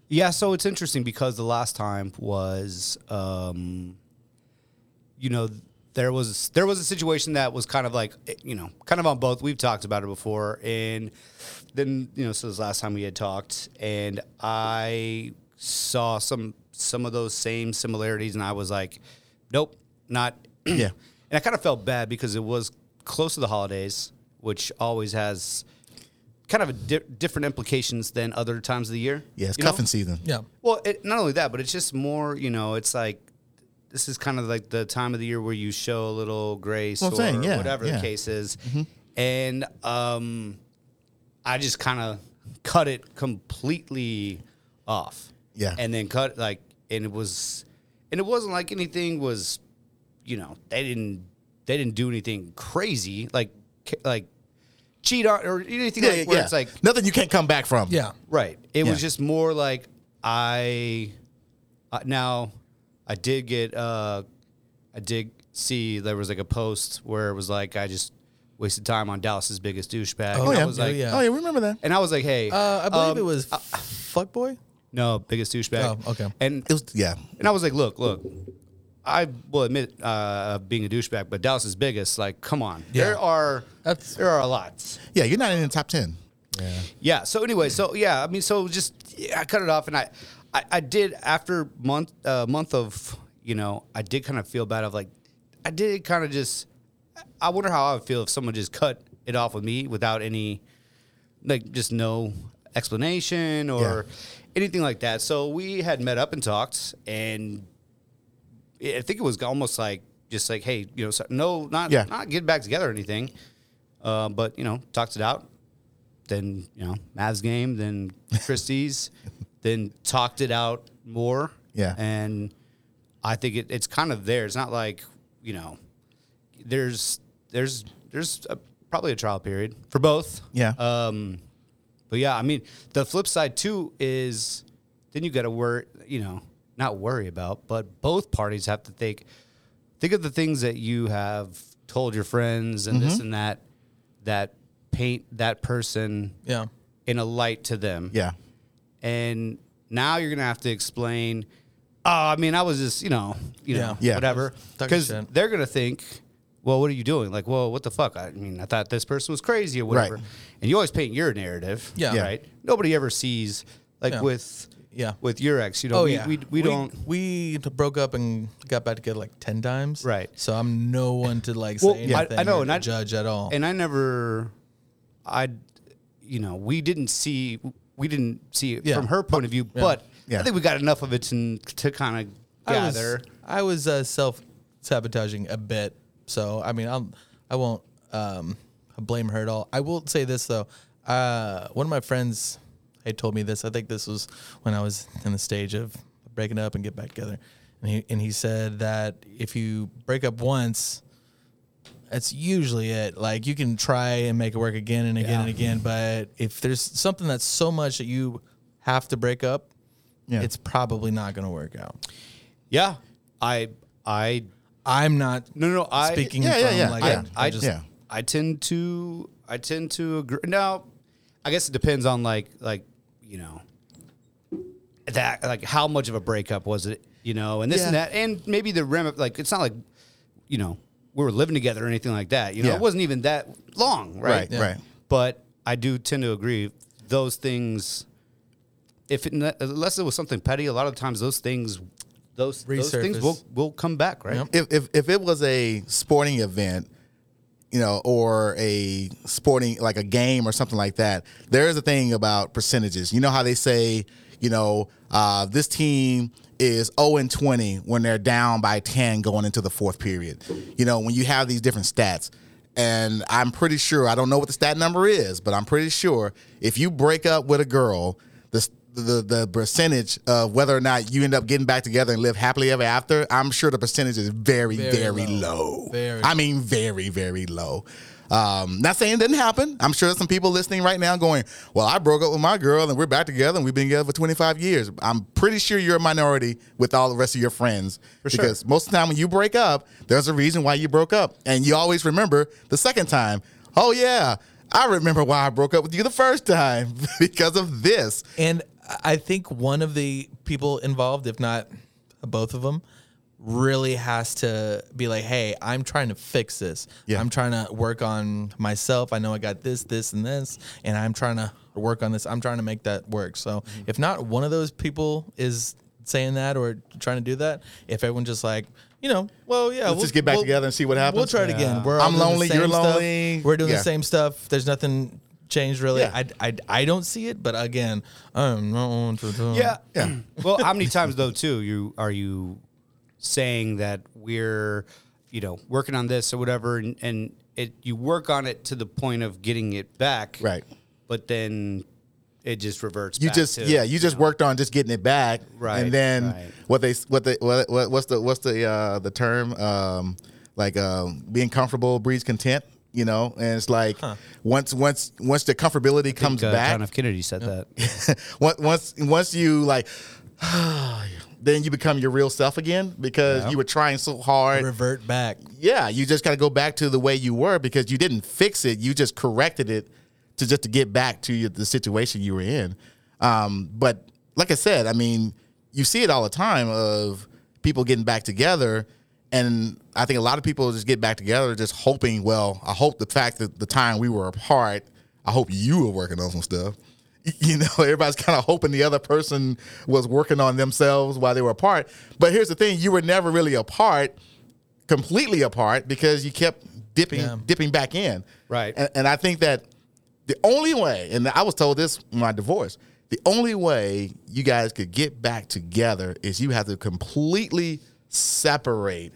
Speaker 2: Yeah, so it's interesting because the last time was, um, you know, there was there was a situation that was kind of like, eh, you know, kind of on both. We've talked about it before, and then you know, so this last time we had talked, and I saw some some of those same similarities, and I was like, nope, not.
Speaker 1: Yeah.
Speaker 2: and I kind of felt bad because it was close to the holidays, which always has kind of a di- different implications than other times of the year.
Speaker 1: yeah it's
Speaker 2: you know?
Speaker 1: cuffing season
Speaker 3: yeah.
Speaker 2: Well, it, not only that, but it's just more. You know, it's like this is kind of like the time of the year where you show a little grace
Speaker 1: Well,
Speaker 2: or
Speaker 1: I'm saying, yeah,
Speaker 2: whatever
Speaker 1: yeah. Mm-hmm.
Speaker 2: the case is, and um, I just kind of cut it completely off.
Speaker 1: Yeah.
Speaker 2: and then cut like, and it was, and it wasn't like anything was, you know, they didn't they didn't do anything crazy like ca- like cheat on or anything like where it's like
Speaker 1: nothing you can't come back from
Speaker 3: Yeah.
Speaker 2: Right. It was
Speaker 1: Yeah.
Speaker 2: just more like I uh, now I did get uh I did see there was like a post where it was like I just wasted time on Dallas's biggest douchebag.
Speaker 1: oh
Speaker 2: and
Speaker 1: yeah
Speaker 2: I was like,
Speaker 1: oh
Speaker 3: yeah.
Speaker 1: yeah we remember that
Speaker 2: And I was like, hey,
Speaker 3: Uh, I believe
Speaker 2: um,
Speaker 3: it was Fuckboy.
Speaker 2: no biggest douchebag.
Speaker 3: Oh, okay.
Speaker 2: And
Speaker 1: it was yeah
Speaker 2: and I was like, look, look, I will admit uh, being a douchebag, but Dallas's biggest, like, come on,
Speaker 3: Yeah.
Speaker 2: there are
Speaker 3: That's-
Speaker 2: there are a lot.
Speaker 1: yeah you're not in the top 10
Speaker 2: Yeah. So anyway, so yeah, I mean, so just yeah, I cut it off, and I, I, I did after month uh, month of you know I did kind of feel bad of like I did kind of just I wonder how I would feel if someone just cut it off with me without any like just no explanation or anything like that. So we had met up and talked, and I think it was almost like just like hey, you know, so, no, not
Speaker 1: Yeah.
Speaker 2: not get back together or anything, uh, but you know, talked it out then you know Mavs game, then Christie's, then talked it out more.
Speaker 1: Yeah.
Speaker 2: and I think it, it's kind of there. It's not like you know, there's there's there's a, probably a trial period for both.
Speaker 1: Yeah.
Speaker 2: Um, but yeah, I mean the flip side too is then you got to worry, you know, not worry about, but both parties have to think think of the things that you have told your friends and this and that that paint that person
Speaker 3: Yeah.
Speaker 2: in a light to them.
Speaker 1: Yeah.
Speaker 2: And now you're gonna have to explain. Oh, I mean, I was just you know, you know,
Speaker 1: Yeah. Yeah.
Speaker 2: whatever.
Speaker 3: Talking
Speaker 2: Because
Speaker 3: shit.
Speaker 2: they're gonna think, well, what are you doing? Like, well, what the fuck? I mean, I thought this person was crazy or whatever.
Speaker 1: Right.
Speaker 2: And you always paint your narrative.
Speaker 3: Yeah. Yeah.
Speaker 2: Right. Nobody ever sees like
Speaker 3: Yeah.
Speaker 2: with
Speaker 3: Yeah. Oh,
Speaker 2: with your ex. You know, we, we, we don't.
Speaker 3: We broke up and got back together like ten times.
Speaker 2: Right.
Speaker 3: So I'm no one to like
Speaker 2: Well,
Speaker 3: say
Speaker 2: yeah. I-
Speaker 3: anything.
Speaker 2: I know,
Speaker 3: or
Speaker 2: and
Speaker 3: to
Speaker 2: I-
Speaker 3: judge at all.
Speaker 2: and I never, I, you know, we didn't see, we didn't see it
Speaker 3: Yeah.
Speaker 2: from her point of view, but
Speaker 1: Yeah.
Speaker 2: I think we got enough of it to, to kind of
Speaker 3: I was-
Speaker 2: gather.
Speaker 3: I was, uh, self sabotaging a bit, so I mean, I'll, I won't um, blame her at all. I will say this though: uh, one of my friends had told me this. I think this was when I was in the stage of breaking up and get back together, and he and he said that if you break up once. That's usually it. Like you can try and make it work again and again and again, but if there's something that's so much that you have to break up,
Speaker 1: Yeah.
Speaker 3: it's probably not going to work out.
Speaker 2: yeah. I, I,
Speaker 3: I'm not
Speaker 2: no, no, I,
Speaker 3: speaking
Speaker 1: yeah, yeah,
Speaker 3: from
Speaker 1: yeah.
Speaker 3: like
Speaker 1: I-
Speaker 3: I,
Speaker 2: I
Speaker 3: just
Speaker 1: yeah.
Speaker 2: I tend to, I tend to agree. Now, I guess it depends on like, like, you know, that, like how much of a breakup was it, you know, and this and
Speaker 3: Yeah.
Speaker 2: that. And maybe the rim, like, it's not like, you know, we were living together or anything like that. You know,
Speaker 1: Yeah.
Speaker 2: it wasn't even that long,
Speaker 1: Right.
Speaker 2: right?
Speaker 1: Right.
Speaker 2: but I do tend to agree. Those things, if it, unless it was something petty, a lot of times those things, those, those things
Speaker 3: Resurface.
Speaker 2: will will come back, right?
Speaker 3: Yep.
Speaker 1: If, if if it was a sporting event, you know, or a sporting like a game or something like that, there is a thing about percentages. You know how they say, you know, uh, this team is 0 and 20 when they're down by 10 going into the fourth period. You know, when you have these different stats. And I'm pretty sure, I don't know what the stat number is, but I'm pretty sure if you break up with a girl, the the the percentage of whether or not you end up getting back together and live happily ever after, I'm sure the percentage is very, very, low.
Speaker 3: low. Very
Speaker 1: I mean, very, very low. Um, not saying it didn't happen. I'm sure some people listening right now going, "Well, I broke up with my girl and we're back together and we've been together for 25 years." I'm pretty sure you're a minority with all the rest of your friends
Speaker 2: sure.
Speaker 1: because most of the time when you break up, there's a reason why you broke up, and you always remember the second time. Oh yeah, I remember why I broke up with you the first time because of this.
Speaker 3: and I think one of the people involved, if not both of them, really has to be like, "Hey, I'm trying to fix this.
Speaker 1: Yeah.
Speaker 3: I'm trying to work on myself. I know I got this, this, and this, and I'm trying to work on this. I'm trying to make that work." So,
Speaker 1: Mm-hmm.
Speaker 3: if not one of those people is saying that or trying to do that, if everyone just like, you know, well, yeah,
Speaker 1: Let's just get back together and see what happens.
Speaker 3: We'll try it again. We're all
Speaker 1: I'm
Speaker 3: doing the
Speaker 1: lonely,
Speaker 3: same
Speaker 1: you're
Speaker 3: stuff.
Speaker 1: lonely.
Speaker 3: We're doing
Speaker 1: Yeah.
Speaker 3: the same stuff. There's nothing changed really.
Speaker 1: Yeah.
Speaker 3: I, I, I don't see it, but again, I'm not one to do.
Speaker 2: Yeah.
Speaker 1: Yeah.
Speaker 2: well, how many times though too you are you saying that we're you know working on this or whatever and, and it you work on it to the point of getting it back.
Speaker 1: Right.
Speaker 2: But then it just reverts
Speaker 1: You
Speaker 2: back
Speaker 1: just
Speaker 2: to-
Speaker 1: yeah, you just worked on just getting it back,
Speaker 2: Right,
Speaker 1: And then
Speaker 2: right.
Speaker 1: what they what they what, what what's the what's the uh, the term um, like um, being comfortable breeds content, you know? And it's like once once once the comfortability comes
Speaker 2: uh,
Speaker 1: back,
Speaker 2: John F. Kennedy said that.
Speaker 1: once once once you like, then you become your real self again because you were trying so hard.
Speaker 3: Revert back.
Speaker 1: yeah, you just got to go back to the way you were because you didn't fix it. You just corrected it to just to get back to your, the situation you were in. Um, but like I said, I mean, you see it all the time of people getting back together. And I think a lot of people just get back together just hoping, well, I hope the fact that the time we were apart, I hope you were working on some stuff. You know, everybody's kind of hoping the other person was working on themselves while they were apart. But here's the thing you were never really apart completely apart because you kept dipping dipping back in.
Speaker 2: Right.
Speaker 1: And, and I think that the only way, and I was told this in my divorce, the only way you guys could get back together is you have to completely separate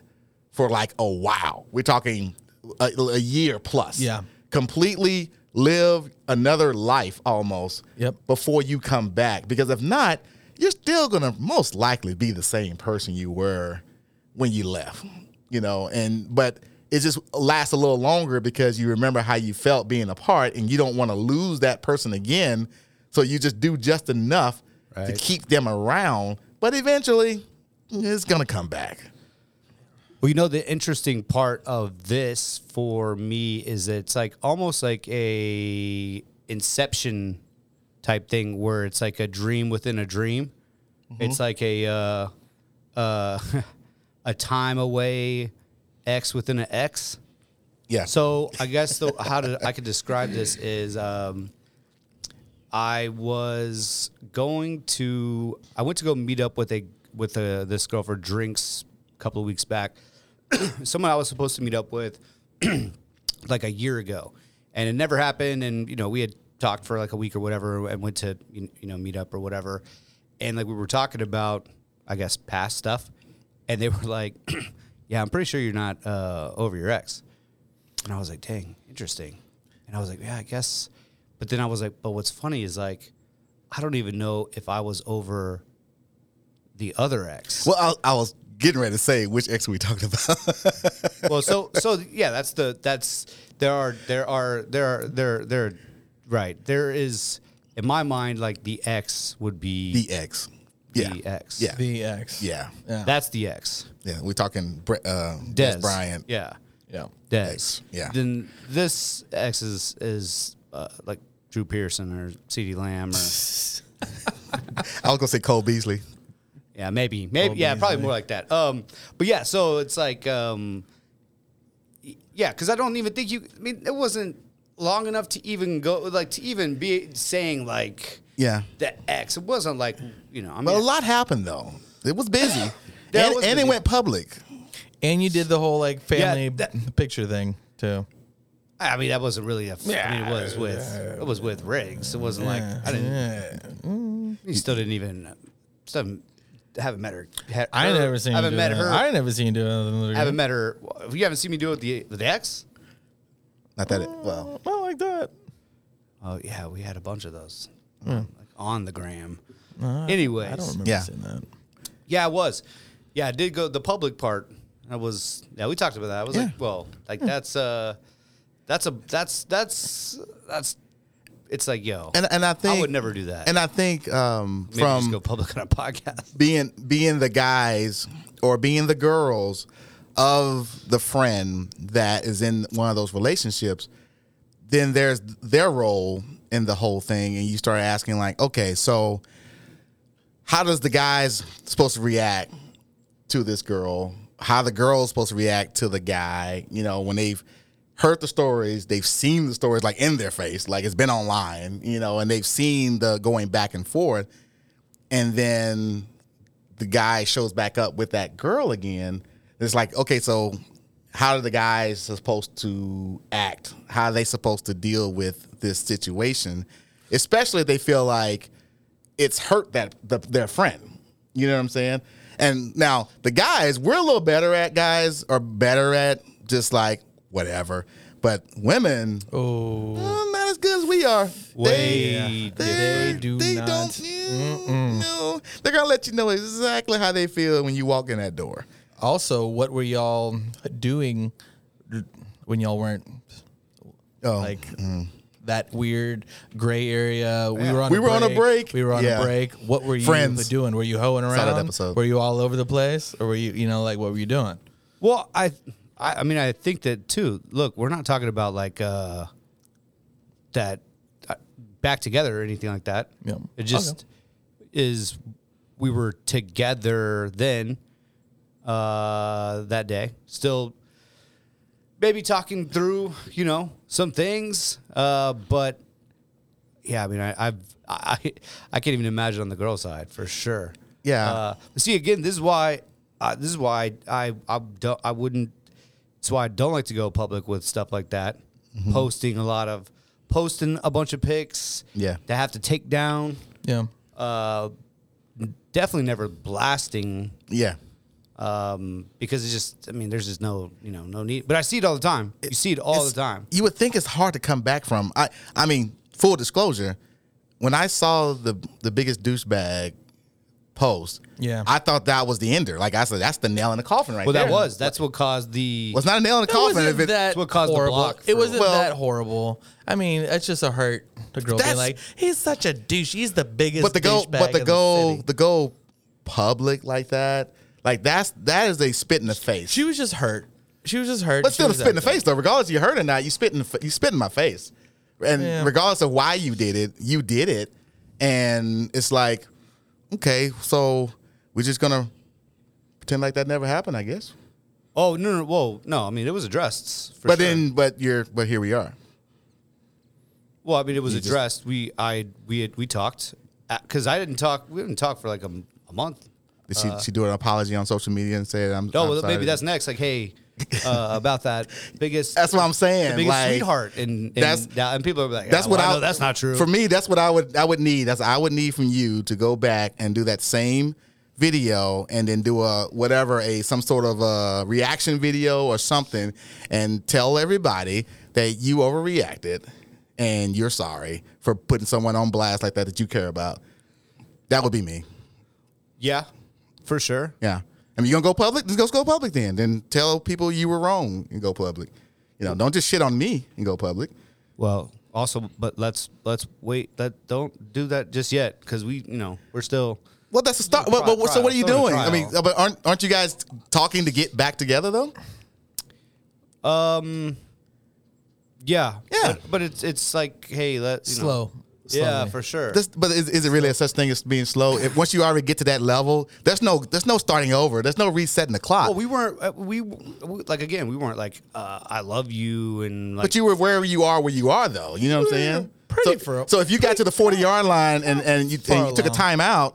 Speaker 1: for like a while. We're talking a, a year plus.
Speaker 3: Yeah.
Speaker 1: Completely live another life almost
Speaker 3: Yep.
Speaker 1: before you come back. Because if not, you're still gonna most likely be the same person you were when you left. You know, and but it just lasts a little longer because you remember how you felt being apart and you don't want to lose that person again. So you just do just enough to
Speaker 2: Right.
Speaker 1: keep them around. But eventually it's gonna come back.
Speaker 3: Well,
Speaker 2: Well, you know, the interesting part of this for me is it's like almost like a inception type thing where it's like a dream within a dream. It's like a uh, uh, a time away X within an X.
Speaker 1: Yeah.
Speaker 2: So I guess the, how to, I could describe this is um, I was going to I went to go meet up with a with a, this girl for drinks a couple of weeks back. Someone I was supposed to meet up with like a year ago, and it never happened. And you know, we had talked for like a week or whatever, and went to you you know meet up or whatever, and like we were talking about I guess past stuff, and they were like, "Yeah, I'm pretty sure you're not uh, over your ex," and I was like, "Dang, interesting," and I was like, "Yeah, I guess," but then I was like, "But what's funny is like, I don't even know if I was over." The other ex.
Speaker 1: well, I, I was getting ready to say which ex we talking about.
Speaker 2: well, so so yeah, that's the that's there are there are there are there there right there is in my mind like the X would be
Speaker 1: the ex.
Speaker 2: the,
Speaker 1: Yeah.
Speaker 2: X.
Speaker 1: Yeah.
Speaker 3: The X.
Speaker 1: Yeah.
Speaker 3: Yeah.
Speaker 2: that's the X.
Speaker 1: Yeah. We're talking Bre- uh,
Speaker 2: Des
Speaker 1: Des Bryant.
Speaker 2: Yeah,
Speaker 3: Yeah.
Speaker 2: Des.
Speaker 1: X, yeah.
Speaker 2: Then this X is is uh, like Drew Pearson or C.D. Lamb or
Speaker 1: I was gonna say Cole Beasley.
Speaker 2: Yeah, maybe, maybe, yeah, probably more like that. Um, but yeah, so it's like, um, y- yeah, because I don't even think you. I mean, it wasn't long enough to even go, like, to even be saying like,
Speaker 1: Yeah.
Speaker 2: the X. It wasn't like, you know, I mean,
Speaker 1: But a lot happened though. It was busy, and,
Speaker 2: Yeah, it was
Speaker 1: and it
Speaker 2: busy.
Speaker 1: went public.
Speaker 3: And you did the whole like family
Speaker 2: that-
Speaker 3: picture thing too.
Speaker 2: I mean, that wasn't really a. f- I mean, it was with, it was with Riggs. It wasn't like I didn't.
Speaker 3: Yeah.
Speaker 2: You still didn't even, still haven't- haven't met her. had
Speaker 3: I ain't
Speaker 2: her-
Speaker 3: never seen. you
Speaker 2: Haven't
Speaker 3: do
Speaker 2: met
Speaker 3: that.
Speaker 2: her.
Speaker 3: I ain't never seen you do another.
Speaker 2: haven't met her. You haven't seen me do it with the with the X.
Speaker 1: Not that it. Well,
Speaker 3: I like that.
Speaker 2: Oh yeah, we had a bunch of those like on the gram. Anyways,
Speaker 3: Hmm. I don't remember
Speaker 1: Yeah.
Speaker 3: seeing that.
Speaker 2: yeah, I was. Yeah, I did go the public part. I was. Yeah, we talked about that. I was like, well, like
Speaker 3: Hmm.
Speaker 2: that's uh that's a that's that's that's it's like yo,
Speaker 1: and and I think
Speaker 2: I would never do that.
Speaker 1: And I think um,
Speaker 2: Maybe just
Speaker 1: from
Speaker 2: go public on a podcast.
Speaker 1: being being the guys or being the girls of the friend that is in one of those relationships, then there's their role in the whole thing, and you start asking like, okay, so how does the guys supposed to react to this girl? How the girl's supposed to react to the guy? You know, when they've heard the stories, they've seen the stories like in their face, like it's been online, you know, and they've seen the going back and forth and then the guy shows back up with that girl again. It's like, okay, so how are the guys supposed to act? How are they supposed to deal with this situation? Especially if they feel like it's hurt that the, their friend. You know what I'm saying? And now the guys, we're a little better at guys are better at just like whatever. But women,
Speaker 3: Oh,
Speaker 1: uh, not as good as we are.
Speaker 2: Way
Speaker 1: they,
Speaker 3: they do
Speaker 1: they
Speaker 3: not.
Speaker 1: don't. mm, No, they're gonna let you know exactly how they feel when you walk in that door.
Speaker 3: also, what were y'all doing when y'all weren't
Speaker 1: Oh,
Speaker 3: like that weird gray area? We were on.
Speaker 1: We
Speaker 3: a
Speaker 1: were on a break.
Speaker 3: We were on
Speaker 1: Yeah.
Speaker 3: a break. What were you
Speaker 1: Friends.
Speaker 3: doing? Were you hoeing around?
Speaker 1: Solid episode.
Speaker 3: Were you all over the place, or were you, you know, like what were you doing?
Speaker 2: Well, I, I, I mean, I think that too. Look, we're not talking about like uh, that uh, back together or anything like that.
Speaker 3: Yeah.
Speaker 2: It just is we were together then uh, that day. Still, maybe talking through you know some things, uh, but yeah, I mean, I, I've I I can't even imagine on the girl side for sure.
Speaker 1: Yeah.
Speaker 2: Uh, but see, again, this is why uh, this is why I I don't, I wouldn't. It's why I don't like to go public with stuff like that.
Speaker 1: Mm-hmm.
Speaker 2: Posting a lot of posting a bunch of pics.
Speaker 1: Yeah.
Speaker 2: That have to take down.
Speaker 3: Yeah.
Speaker 2: Uh, definitely never blasting.
Speaker 1: yeah,
Speaker 2: Um, because it's just, I mean, there's just no, you know, no need. But I see it all the time. You see it all the
Speaker 1: It's-
Speaker 2: time.
Speaker 1: You would think it's hard to come back from. I, I mean, full disclosure, when I saw the the biggest douchebag post,
Speaker 3: Yeah.
Speaker 1: I thought that was the ender. Like I said, that's the nail in the coffin right
Speaker 2: Well,
Speaker 1: there.
Speaker 2: that was that's what caused the
Speaker 1: Well, it's not a nail in the coffin. if it-
Speaker 2: It's what caused the
Speaker 3: horrible.
Speaker 2: block for-
Speaker 3: It wasn't
Speaker 1: Well-
Speaker 3: that horrible. I mean, it's just a hurt. The girl being
Speaker 1: That's-
Speaker 3: like, he's such a douche. He's the biggest.
Speaker 1: but the goal,
Speaker 3: douchebag
Speaker 1: but the
Speaker 3: in
Speaker 1: goal,
Speaker 3: city."
Speaker 1: the goal, public like that. Like that's that is a spit in the face.
Speaker 3: She was just hurt. She was just hurt.
Speaker 1: But
Speaker 3: She
Speaker 1: still, a
Speaker 3: was
Speaker 1: spit in the
Speaker 3: out there.
Speaker 1: face though. Regardless, you hurt or not, you spit in the, fa- you spit in my face, and
Speaker 3: Yeah.
Speaker 1: regardless of why you did it, you did it, and it's like, okay, so we're just gonna pretend like that never happened, I guess.
Speaker 2: Oh no, no, whoa, no. I mean, it was addressed. For
Speaker 1: but
Speaker 2: sure.
Speaker 1: then, but you're, but here we are.
Speaker 2: well, I mean, it was
Speaker 1: You just-
Speaker 2: addressed. we, I, we, had, we talked because I didn't talk. We didn't talk for like a, m- a month.
Speaker 1: Did she, she do an apology on social media and say, "I'm"?
Speaker 2: Uh, No,
Speaker 1: I'm
Speaker 2: well,
Speaker 1: sorry.
Speaker 2: maybe that's next. Like, hey, uh, about that biggest.
Speaker 1: That's what I'm saying.
Speaker 2: The biggest
Speaker 1: like,
Speaker 2: sweetheart, and, and
Speaker 1: that's-
Speaker 2: that's and people are like, "Oh,
Speaker 1: That's what I.
Speaker 2: know that's not true.
Speaker 1: For me, that's what I would I would need. That's I would need from you to go back and do that same video and then do a whatever a some sort of a reaction video or something and tell everybody that you overreacted and you're sorry for putting someone on blast like that that you care about. That would be me.
Speaker 2: yeah, for sure.
Speaker 1: Yeah. I mean, you gonna go public? Just go go public then. Then tell people you were wrong and go public. You know, don't just shit on me and go public.
Speaker 2: Well, also, but let's let's wait. That don't do that just yet because we, you know, we're still.
Speaker 1: Well, that's the start.
Speaker 2: Still a
Speaker 1: But, but,
Speaker 2: trial,
Speaker 1: so what are you
Speaker 2: still a
Speaker 1: doing? I mean, uh,
Speaker 2: trial.
Speaker 1: but aren't aren't you guys talking to get back together though?
Speaker 2: Yeah,
Speaker 1: Yeah.
Speaker 2: But, but it's it's like, hey, let's you know.
Speaker 3: Slow.
Speaker 2: Yeah,
Speaker 3: Slowly.
Speaker 2: for sure.
Speaker 1: This, but is, is it really such thing as being slow? If once you already get to that level, there's no there's no starting over. There's no resetting the clock.
Speaker 2: well, we weren't. uh, We, we like again. We weren't like uh, I love you and like.
Speaker 1: but you were where you are, where you are though. You know what I'm saying?
Speaker 3: pretty
Speaker 1: so,
Speaker 3: far-
Speaker 1: so if you got to the 40 yard line and and you, and
Speaker 3: far
Speaker 1: you took a
Speaker 3: along.
Speaker 1: timeout.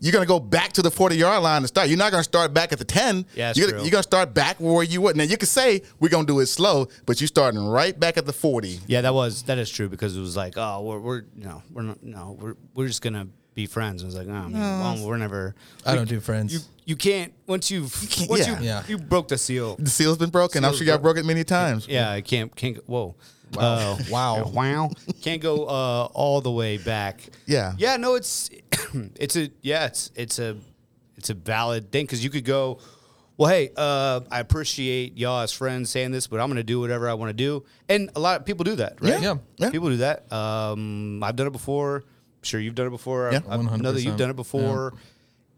Speaker 1: You're gonna go back to the 40 yard line to start. You're not gonna start back at the 10.
Speaker 2: Yeah, that's
Speaker 1: you're, gonna,
Speaker 2: true.
Speaker 1: you're gonna start back where you were. Now you could say we're gonna do it slow, but you're starting right back at the 40.
Speaker 2: yeah, that was that is true because it was like, oh, we're we're no, we're not, no, we're we're just gonna be friends. I was like, oh, man, well, we're never.
Speaker 3: I don't do friends.
Speaker 2: You you can't once you've
Speaker 1: can't-
Speaker 2: once
Speaker 1: yeah.
Speaker 2: you
Speaker 3: Yeah.
Speaker 2: you broke the seal.
Speaker 1: The seal's been broken. I'm
Speaker 2: Seal's
Speaker 1: sure y'all broke it many times.
Speaker 2: Yeah, I can't can't go, whoa. Wow.
Speaker 3: Wow.
Speaker 2: wow. Can't go uh, all the way back.
Speaker 1: Yeah.
Speaker 2: Yeah, no, it's it's a yeah, it's it's a it's a valid thing cuz you could go well, hey, uh, I appreciate y'all as friends saying this, but I'm going to do whatever I want to do. And a lot of people do that, right?
Speaker 3: Yeah. Yeah.
Speaker 1: Yeah.
Speaker 2: People do that. Um, I've done it before. I'm sure you've done it before.
Speaker 1: Yeah.
Speaker 2: I, I know that you've
Speaker 3: 100%.
Speaker 2: done it before.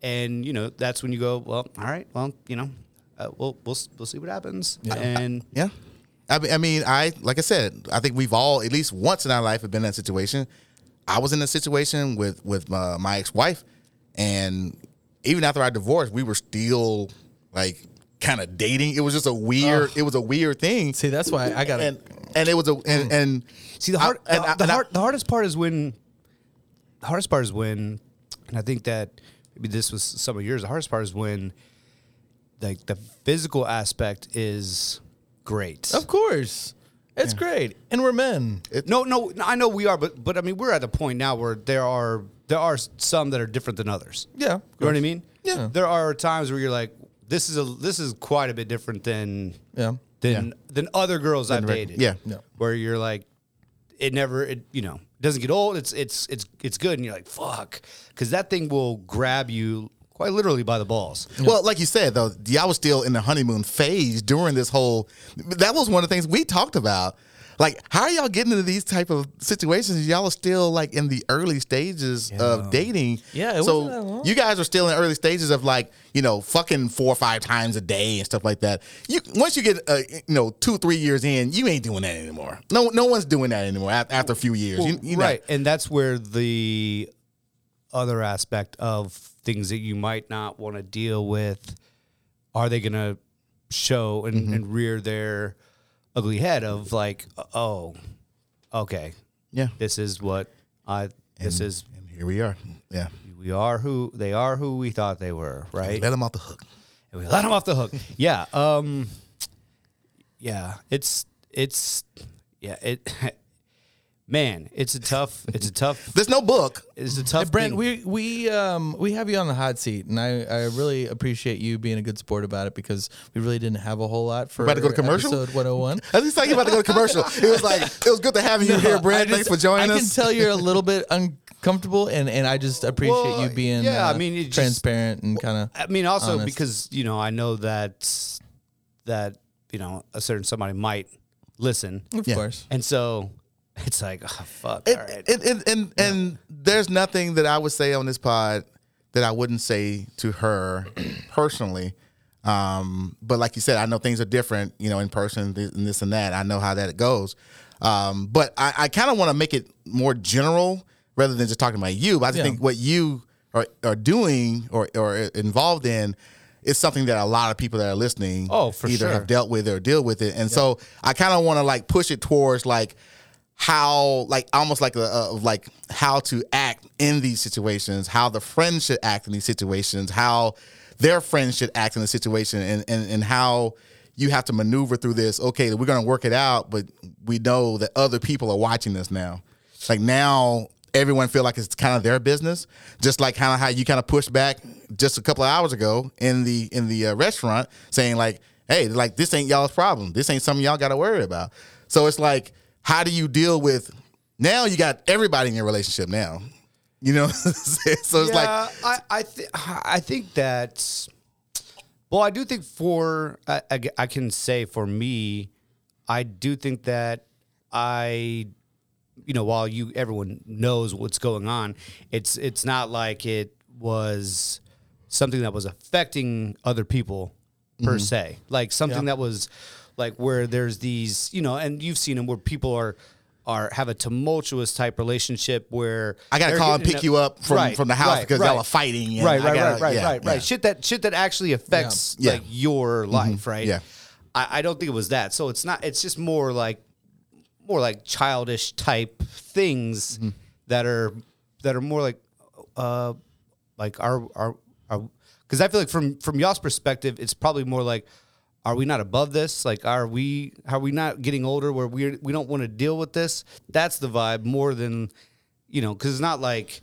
Speaker 2: And, you know, that's when you go, well, all right, well, you know, uh, we'll, we'll, s- we'll see what happens. And
Speaker 1: Yeah. I mean, I mean, I like I said, I think we've all at least once in our life have been in that situation. I was in a situation with with my, my ex wife, and even after our divorce, we were still like kind of dating. It was just a weird. It was a weird thing,
Speaker 3: See, that's why I got
Speaker 1: and
Speaker 3: to
Speaker 1: and it was a and and
Speaker 2: Mm. See the
Speaker 1: I-
Speaker 2: hard,
Speaker 1: and
Speaker 2: the,
Speaker 1: I-
Speaker 2: the
Speaker 1: and I-
Speaker 2: hard, the hardest part is when the hardest part is when, and I think that maybe this was some of yours. The hardest part is when, like the physical aspect is great.
Speaker 1: Oh,
Speaker 3: Of course. It's great. And we're men.
Speaker 2: No, no, no, I know we are, but but I mean we're at a point now where there are there are some that are different than others.
Speaker 3: Yeah, of
Speaker 2: you know what I
Speaker 3: course.
Speaker 2: mean.
Speaker 3: Yeah.
Speaker 2: there are times where you're like, this is a this is quite a bit different than
Speaker 3: Yeah.
Speaker 2: than than other girls I've
Speaker 1: reg-
Speaker 2: dated.
Speaker 1: yeah.
Speaker 3: No.
Speaker 2: where you're like, it never it you know doesn't get old. It's it's it's it's good, and you're like fuck, because that thing will grab you quite literally by the balls.
Speaker 1: Well, like you said though, y'all was still in the honeymoon phase during this whole. That was one of the things we talked about. Like, how are y'all getting into these type of situations? Y'all are still like in the early stages of dating.
Speaker 3: Yeah, it
Speaker 1: so
Speaker 3: wasn't that long.
Speaker 1: you guys are still in early stages of like you know fucking four or five times a day and stuff like that. You once you get uh, you know two three years in, you ain't doing that anymore. No, no one's doing that anymore af- after a few years. you, you know.
Speaker 2: right, and that's where the other aspect of things that you might not want to deal with are they going to show
Speaker 1: Mm-hmm.
Speaker 2: and, and rear their ugly head of like, oh, okay,
Speaker 1: Yeah.
Speaker 2: this is what I this is
Speaker 1: And here we are. Yeah.
Speaker 2: we are who they are who we thought they were, right?
Speaker 1: Let them off the hook.
Speaker 2: and we let them off the hook. Yeah. Um, yeah. It's it's yeah. It man, it's a tough. It's a tough.
Speaker 1: There's no book.
Speaker 2: It's a tough.
Speaker 3: Brent,
Speaker 2: thing.
Speaker 3: we we um we have you on the hot seat, and I, I really appreciate you being a good sport about it because we really didn't have a whole lot for
Speaker 1: about to go to commercial?
Speaker 3: episode 101.
Speaker 1: I was just like, you about to go to commercial. It was like, it was good to have you here, Brent.
Speaker 3: I
Speaker 1: Thanks
Speaker 3: just-
Speaker 1: for joining
Speaker 3: I
Speaker 1: us.
Speaker 3: can tell you're a little bit uncomfortable, and, and I just appreciate
Speaker 2: Well,
Speaker 3: you being
Speaker 2: yeah,
Speaker 3: uh,
Speaker 2: I mean, it just-
Speaker 3: transparent and kind of
Speaker 2: I mean, also because you know, I know that that you know a certain somebody might listen,
Speaker 3: of course.
Speaker 2: and so it's like, oh, fuck. all right.
Speaker 1: it, it, and and there's nothing that I would say on this pod that I wouldn't say to her personally. Um, but like you said, I know things are different, you know, in person th- and this and that. I know how that goes. Um, but I, I kind of want to make it more general rather than just talking about you. But I just
Speaker 3: Yeah.
Speaker 1: think what you are, are doing or, or involved in is something that a lot of people that are listening
Speaker 2: Oh, for
Speaker 1: either
Speaker 2: sure.
Speaker 1: have dealt with or deal with it. And so I kind of want to like push it towards like how like almost like a, a like how to act in these situations, how the friend should act in these situations, how their friends should act in the situation, and and and how you have to maneuver through this. Okay, we're gonna work it out, but we know that other people are watching this now. Like now. Everyone feel like it's kind of their business, just like kind of how you kind of pushed back just a couple of hours ago in the in the uh, restaurant, saying like, "Hey, like this ain't y'all's problem. This ain't something y'all got to worry about." So it's like how do you deal with now you got everybody in your relationship now you know so it's like
Speaker 2: Yeah, I I, th- I think that's well I do think for I, I g- I can say for me I do think that I you know while you everyone knows what's going on it's it's not like it was something that was affecting other people
Speaker 1: Mm-hmm.
Speaker 2: per se like something that was like where there's these you know and you've seen them where people are are have a tumultuous type relationship where
Speaker 1: i gotta
Speaker 2: they're
Speaker 1: call and
Speaker 2: getting
Speaker 1: pick
Speaker 2: a-
Speaker 1: you up from,
Speaker 2: Right,
Speaker 1: from the house
Speaker 2: right,
Speaker 1: because
Speaker 2: right.
Speaker 1: y'all are fighting and
Speaker 2: right,
Speaker 1: I
Speaker 2: right,
Speaker 1: gotta-
Speaker 2: right, right,
Speaker 1: yeah,
Speaker 2: right,
Speaker 1: yeah.
Speaker 2: right. Shit that shit that actually affects
Speaker 1: Yeah. Mm-hmm.
Speaker 2: like your life, right?
Speaker 1: Yeah.
Speaker 2: I, I don't think it was that. So it's not. It's just more like more like childish type things
Speaker 1: Mm-hmm.
Speaker 2: that are that are more like uh like our our our because I feel like from from y'all's perspective, it's probably more like. Are we not above this? Like, are we? Are we not getting older where we we don't want to deal with this? That's the vibe more than, you know, because it's not like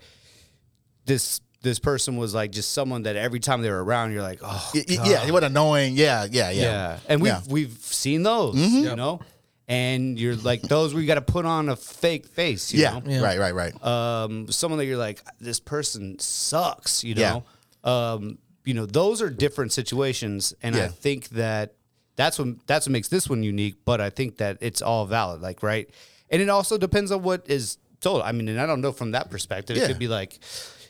Speaker 2: this this person was like just someone that every time they were around, you're like, oh
Speaker 1: Y- y- yeah it was annoying yeah yeah yeah,
Speaker 2: yeah. And we've
Speaker 1: Yeah. Mm-hmm.
Speaker 2: we've seen those, you know, and you're like those where you got to put on a fake face, you
Speaker 1: yeah.
Speaker 2: know,
Speaker 1: right right right
Speaker 2: um, someone that you're like this person sucks, you
Speaker 1: Yeah.
Speaker 2: know, um, you know, those are different situations, and I
Speaker 1: Yeah.
Speaker 2: think that that's what that's what makes this one unique. But I think that it's all valid, like right, and it also depends on what is told. I mean, and I don't know from that perspective. It
Speaker 1: Yeah.
Speaker 2: could be like.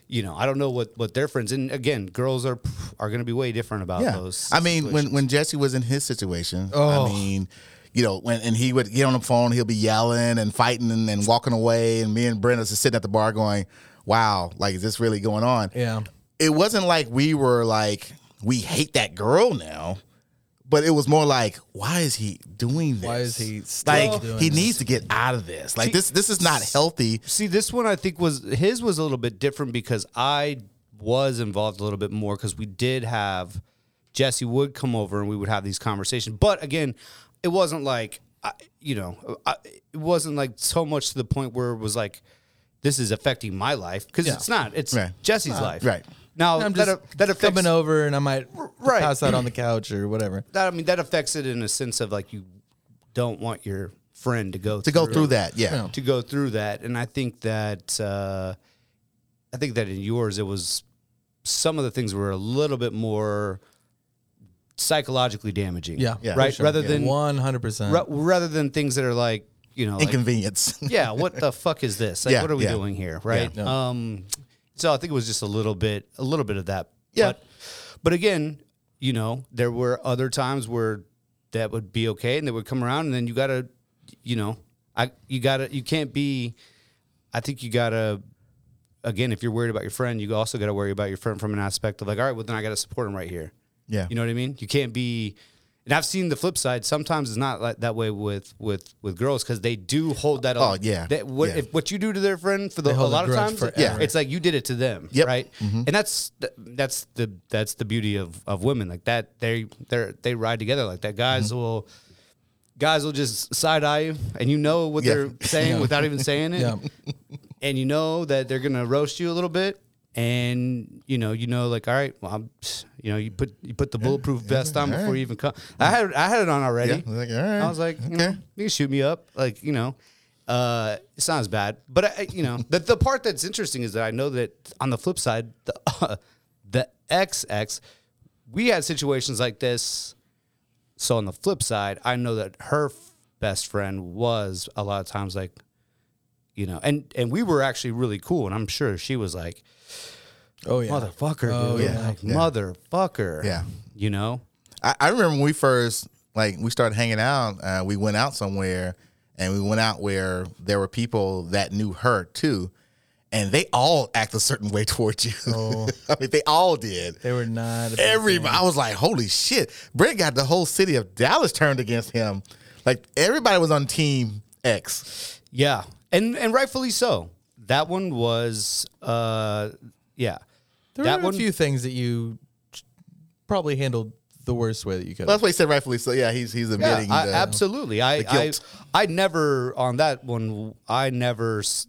Speaker 2: You know, I don't know what what their friends and again, girls are are going to be way different about
Speaker 1: yeah
Speaker 2: those.
Speaker 1: i mean when
Speaker 2: situations.
Speaker 1: when jesse was in his situation
Speaker 3: Oh.
Speaker 1: i mean you know, when and he would get on the phone, he'll be yelling and fighting and, and walking away. And me and Brenda's just sitting at the bar going, Wow, like is this really going on?
Speaker 3: Yeah.
Speaker 1: it wasn't like we were like we hate that girl now, but it was more like why is he doing this?
Speaker 3: Why is he still
Speaker 1: like
Speaker 3: doing
Speaker 1: he
Speaker 3: this?
Speaker 1: needs to get out of this? Like this this is not healthy.
Speaker 2: See, this one I think was his was a little bit different because I was involved a little bit more because we did have Jesse would come over and we would have these conversations. But again, it wasn't like I, you know, I, it wasn't like so much to the point where it was like this is affecting my life because
Speaker 3: Yeah.
Speaker 2: it's not. It's
Speaker 1: Right.
Speaker 2: Jesse's life.
Speaker 1: right.
Speaker 2: Now
Speaker 3: I'm
Speaker 2: that
Speaker 3: just
Speaker 2: a- that affects
Speaker 3: coming over, and I might
Speaker 2: Right.
Speaker 3: pass out on the couch or whatever.
Speaker 2: that. I mean, that affects it in a sense of like you don't want your friend to go
Speaker 1: To go through that, yeah.
Speaker 3: Yeah.
Speaker 2: to go through that. And I think that uh, I think that in yours it was some of the things were a little bit more psychologically damaging.
Speaker 3: Yeah, Yeah,
Speaker 2: right.
Speaker 1: for sure,
Speaker 2: rather
Speaker 1: yeah.
Speaker 2: than
Speaker 3: One hundred percent.
Speaker 2: ra- rather than things that are like you know, like,
Speaker 1: Inconvenience.
Speaker 2: yeah, what the fuck is this? Like,
Speaker 1: Yeah,
Speaker 2: what are we
Speaker 1: yeah.
Speaker 2: doing here? Right. Um. So I think it was just a little bit, a little bit of that.
Speaker 1: Yeah.
Speaker 2: But, but again, you know, there were other times where that would be okay, and they would come around, and then you gotta, you know, I you gotta you can't be. I think you gotta. Again, if you're worried about your friend, you also got to worry about your friend from an aspect of like, all right, well then I got to support him right here.
Speaker 1: Yeah.
Speaker 2: You know what I mean? You can't be. And I've seen the flip side. Sometimes it's not like that way with with with girls because they do hold that.
Speaker 1: Oh, yeah.
Speaker 2: That, what,
Speaker 1: Yeah.
Speaker 2: If what you do to their friend for the a
Speaker 3: hold a
Speaker 2: lot of
Speaker 3: grudge
Speaker 2: times,
Speaker 3: forever.
Speaker 1: Yeah.
Speaker 2: it's like you did it to them,
Speaker 1: Yep. Mm-hmm.
Speaker 2: right? And that's th- that's the that's the beauty of of women like that. They they they ride together like that. Guys
Speaker 1: Mm-hmm.
Speaker 2: will guys will just side eye you, and you know what
Speaker 1: Yeah.
Speaker 2: they're saying without even saying it
Speaker 3: Yeah.
Speaker 2: and you know that they're gonna roast you a little bit, and you know, you know, like, all right, well, I'm, you know, you put you put the bulletproof vest on
Speaker 1: all
Speaker 2: before
Speaker 1: right.
Speaker 2: you even come. I had I had it on already.
Speaker 1: Yeah, like, all right,
Speaker 2: I was like, you know,
Speaker 1: okay.
Speaker 2: you can shoot me up, like, you know. Uh, it sounds bad, but I, I- you know, the the part that's interesting is that I know that on the flip side, the the XX, we had situations like this. So on the flip side, I know that her f- best friend was a lot of times like you know and and we were actually really cool and i'm sure she was like
Speaker 3: Oh yeah.
Speaker 2: motherfucker,
Speaker 3: Oh,
Speaker 2: dude.
Speaker 1: yeah.
Speaker 2: Like,
Speaker 1: Yeah.
Speaker 2: motherfucker.
Speaker 1: Yeah.
Speaker 2: You know?
Speaker 1: I, I remember when we first like we started hanging out. Uh, we went out somewhere, and we went out where there were people that knew her too, and they all act a certain way towards you.
Speaker 2: Oh.
Speaker 1: I mean, they all did.
Speaker 3: They were not.
Speaker 1: eh,
Speaker 3: a big
Speaker 1: Everybody, I was like, "Holy shit!" Brett got the whole city of Dallas turned against him. Like everybody was on Team X.
Speaker 2: Yeah. And and rightfully so. That one was uh yeah.
Speaker 3: There
Speaker 2: that
Speaker 3: were
Speaker 2: one
Speaker 3: a few things that you probably handled the worst way that you could.
Speaker 1: That's what he said, rightfully so. Yeah, he's he's
Speaker 2: yeah,
Speaker 1: admitting.
Speaker 2: I,
Speaker 1: the-
Speaker 2: absolutely. I, I
Speaker 1: guilt.
Speaker 2: I never on that one I never s-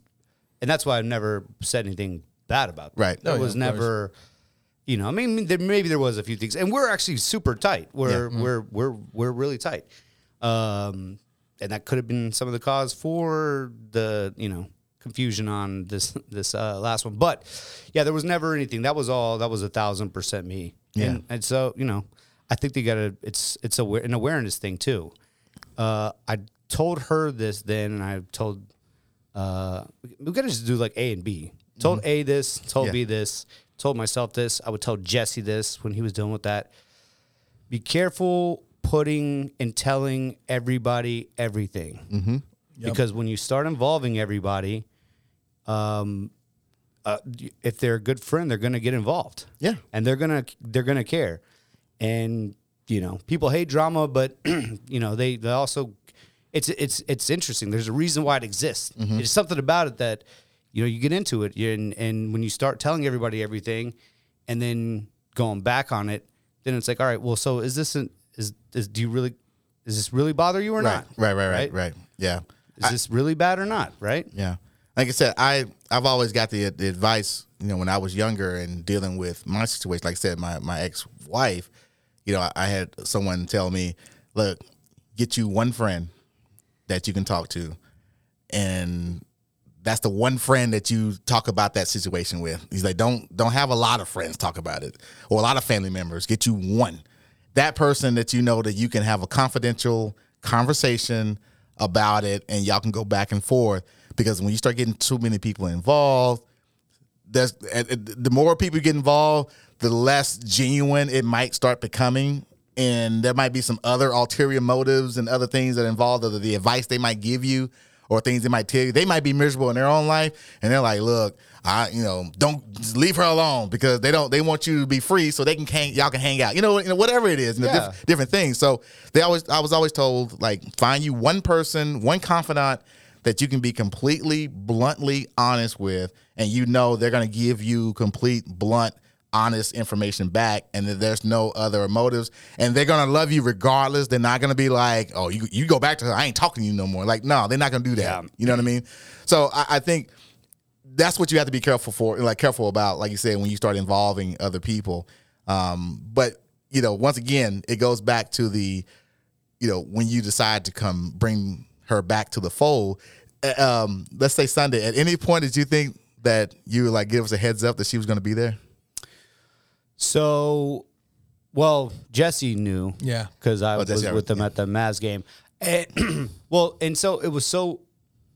Speaker 2: and that's why I've never said anything bad about it.
Speaker 1: Right.
Speaker 2: There
Speaker 1: Oh, yeah,
Speaker 2: was
Speaker 3: of course.
Speaker 2: never you know, I mean there, maybe there was a few things. And we're actually super tight. We're we're we're we're really tight. Um and that could have been some of the cause for the, you know, confusion on this this uh, last one. But yeah, there was never anything. That was all that was a thousand percent me. Yeah. And, and so, you know, I think they gotta it's it's a, an awareness thing too uh, I told her this then, and I told uh, we gotta just do like A and B. Told A this, told
Speaker 1: Yeah.
Speaker 2: B this, told myself this. I would tell Jesse this when he was dealing with that. Be careful putting and telling everybody everything, because when you start involving everybody, um, uh, if they're a good friend, they're gonna get involved.
Speaker 1: Yeah.
Speaker 2: and they're gonna they're gonna care, and you know people hate drama, but you know they they also it's it's it's interesting. There's a reason why it exists.
Speaker 1: Mm-hmm.
Speaker 2: It's something about it that you know you get into it, you're- and and when you start telling everybody everything, and then going back on it, then it's like all right, well, so is this an, is is do you really is this really bother you or
Speaker 1: right,
Speaker 2: not?
Speaker 1: right, right, right, right. Yeah,
Speaker 2: Is this really bad or not? Right?
Speaker 1: yeah. Like I said, I I've always got the, the advice. You know, when I was younger and dealing with my situation, like I said, my my ex wife. You know, I, I had someone tell me, "Look, get you one friend that you can talk to, and that's the one friend that you talk about that situation with. He's like, don't don't have a lot of friends talk about it or a lot of family members. Get you one, that person that you know that you can have a confidential conversation about it, and y'all can go back and forth. Because when you start getting too many people involved, that's and- and the more people get involved, the less genuine it might start becoming. And there might be some other ulterior motives and other things that involve the, the advice they might give you or things they might tell you. They might be miserable in their own life, and they're like, "Look, I, you know, don't just leave her alone because they don't. They want you to be free so they can hang, y'all can hang out. You know, you know, whatever it is, you know,
Speaker 2: Yeah.
Speaker 1: diff- different things. So they always, I was always told, like, find you one person, one confidant that you can be completely bluntly honest with, and you know they're going to give you complete blunt honest information back and that there's no other motives and they're going to love you regardless they're not going to be like oh you you go back to her i ain't talking to you no more like no they're not going to do that
Speaker 2: Yeah.
Speaker 1: you know what i mean so I, I think that's what you have to be careful for, like careful about, like you said, when you start involving other people. Um, but you know, once again, it goes back to the, you know, when you decide to come bring her back to the fold. uh, Um, let's say Sunday. At any point, did you think that you would like give us a heads up that she was going to be there?
Speaker 2: So, well, Jesse knew.
Speaker 3: Yeah.
Speaker 2: Because I was
Speaker 1: Oh, Jesse, I
Speaker 2: with them at the Mavs game. And, well, and so it was so,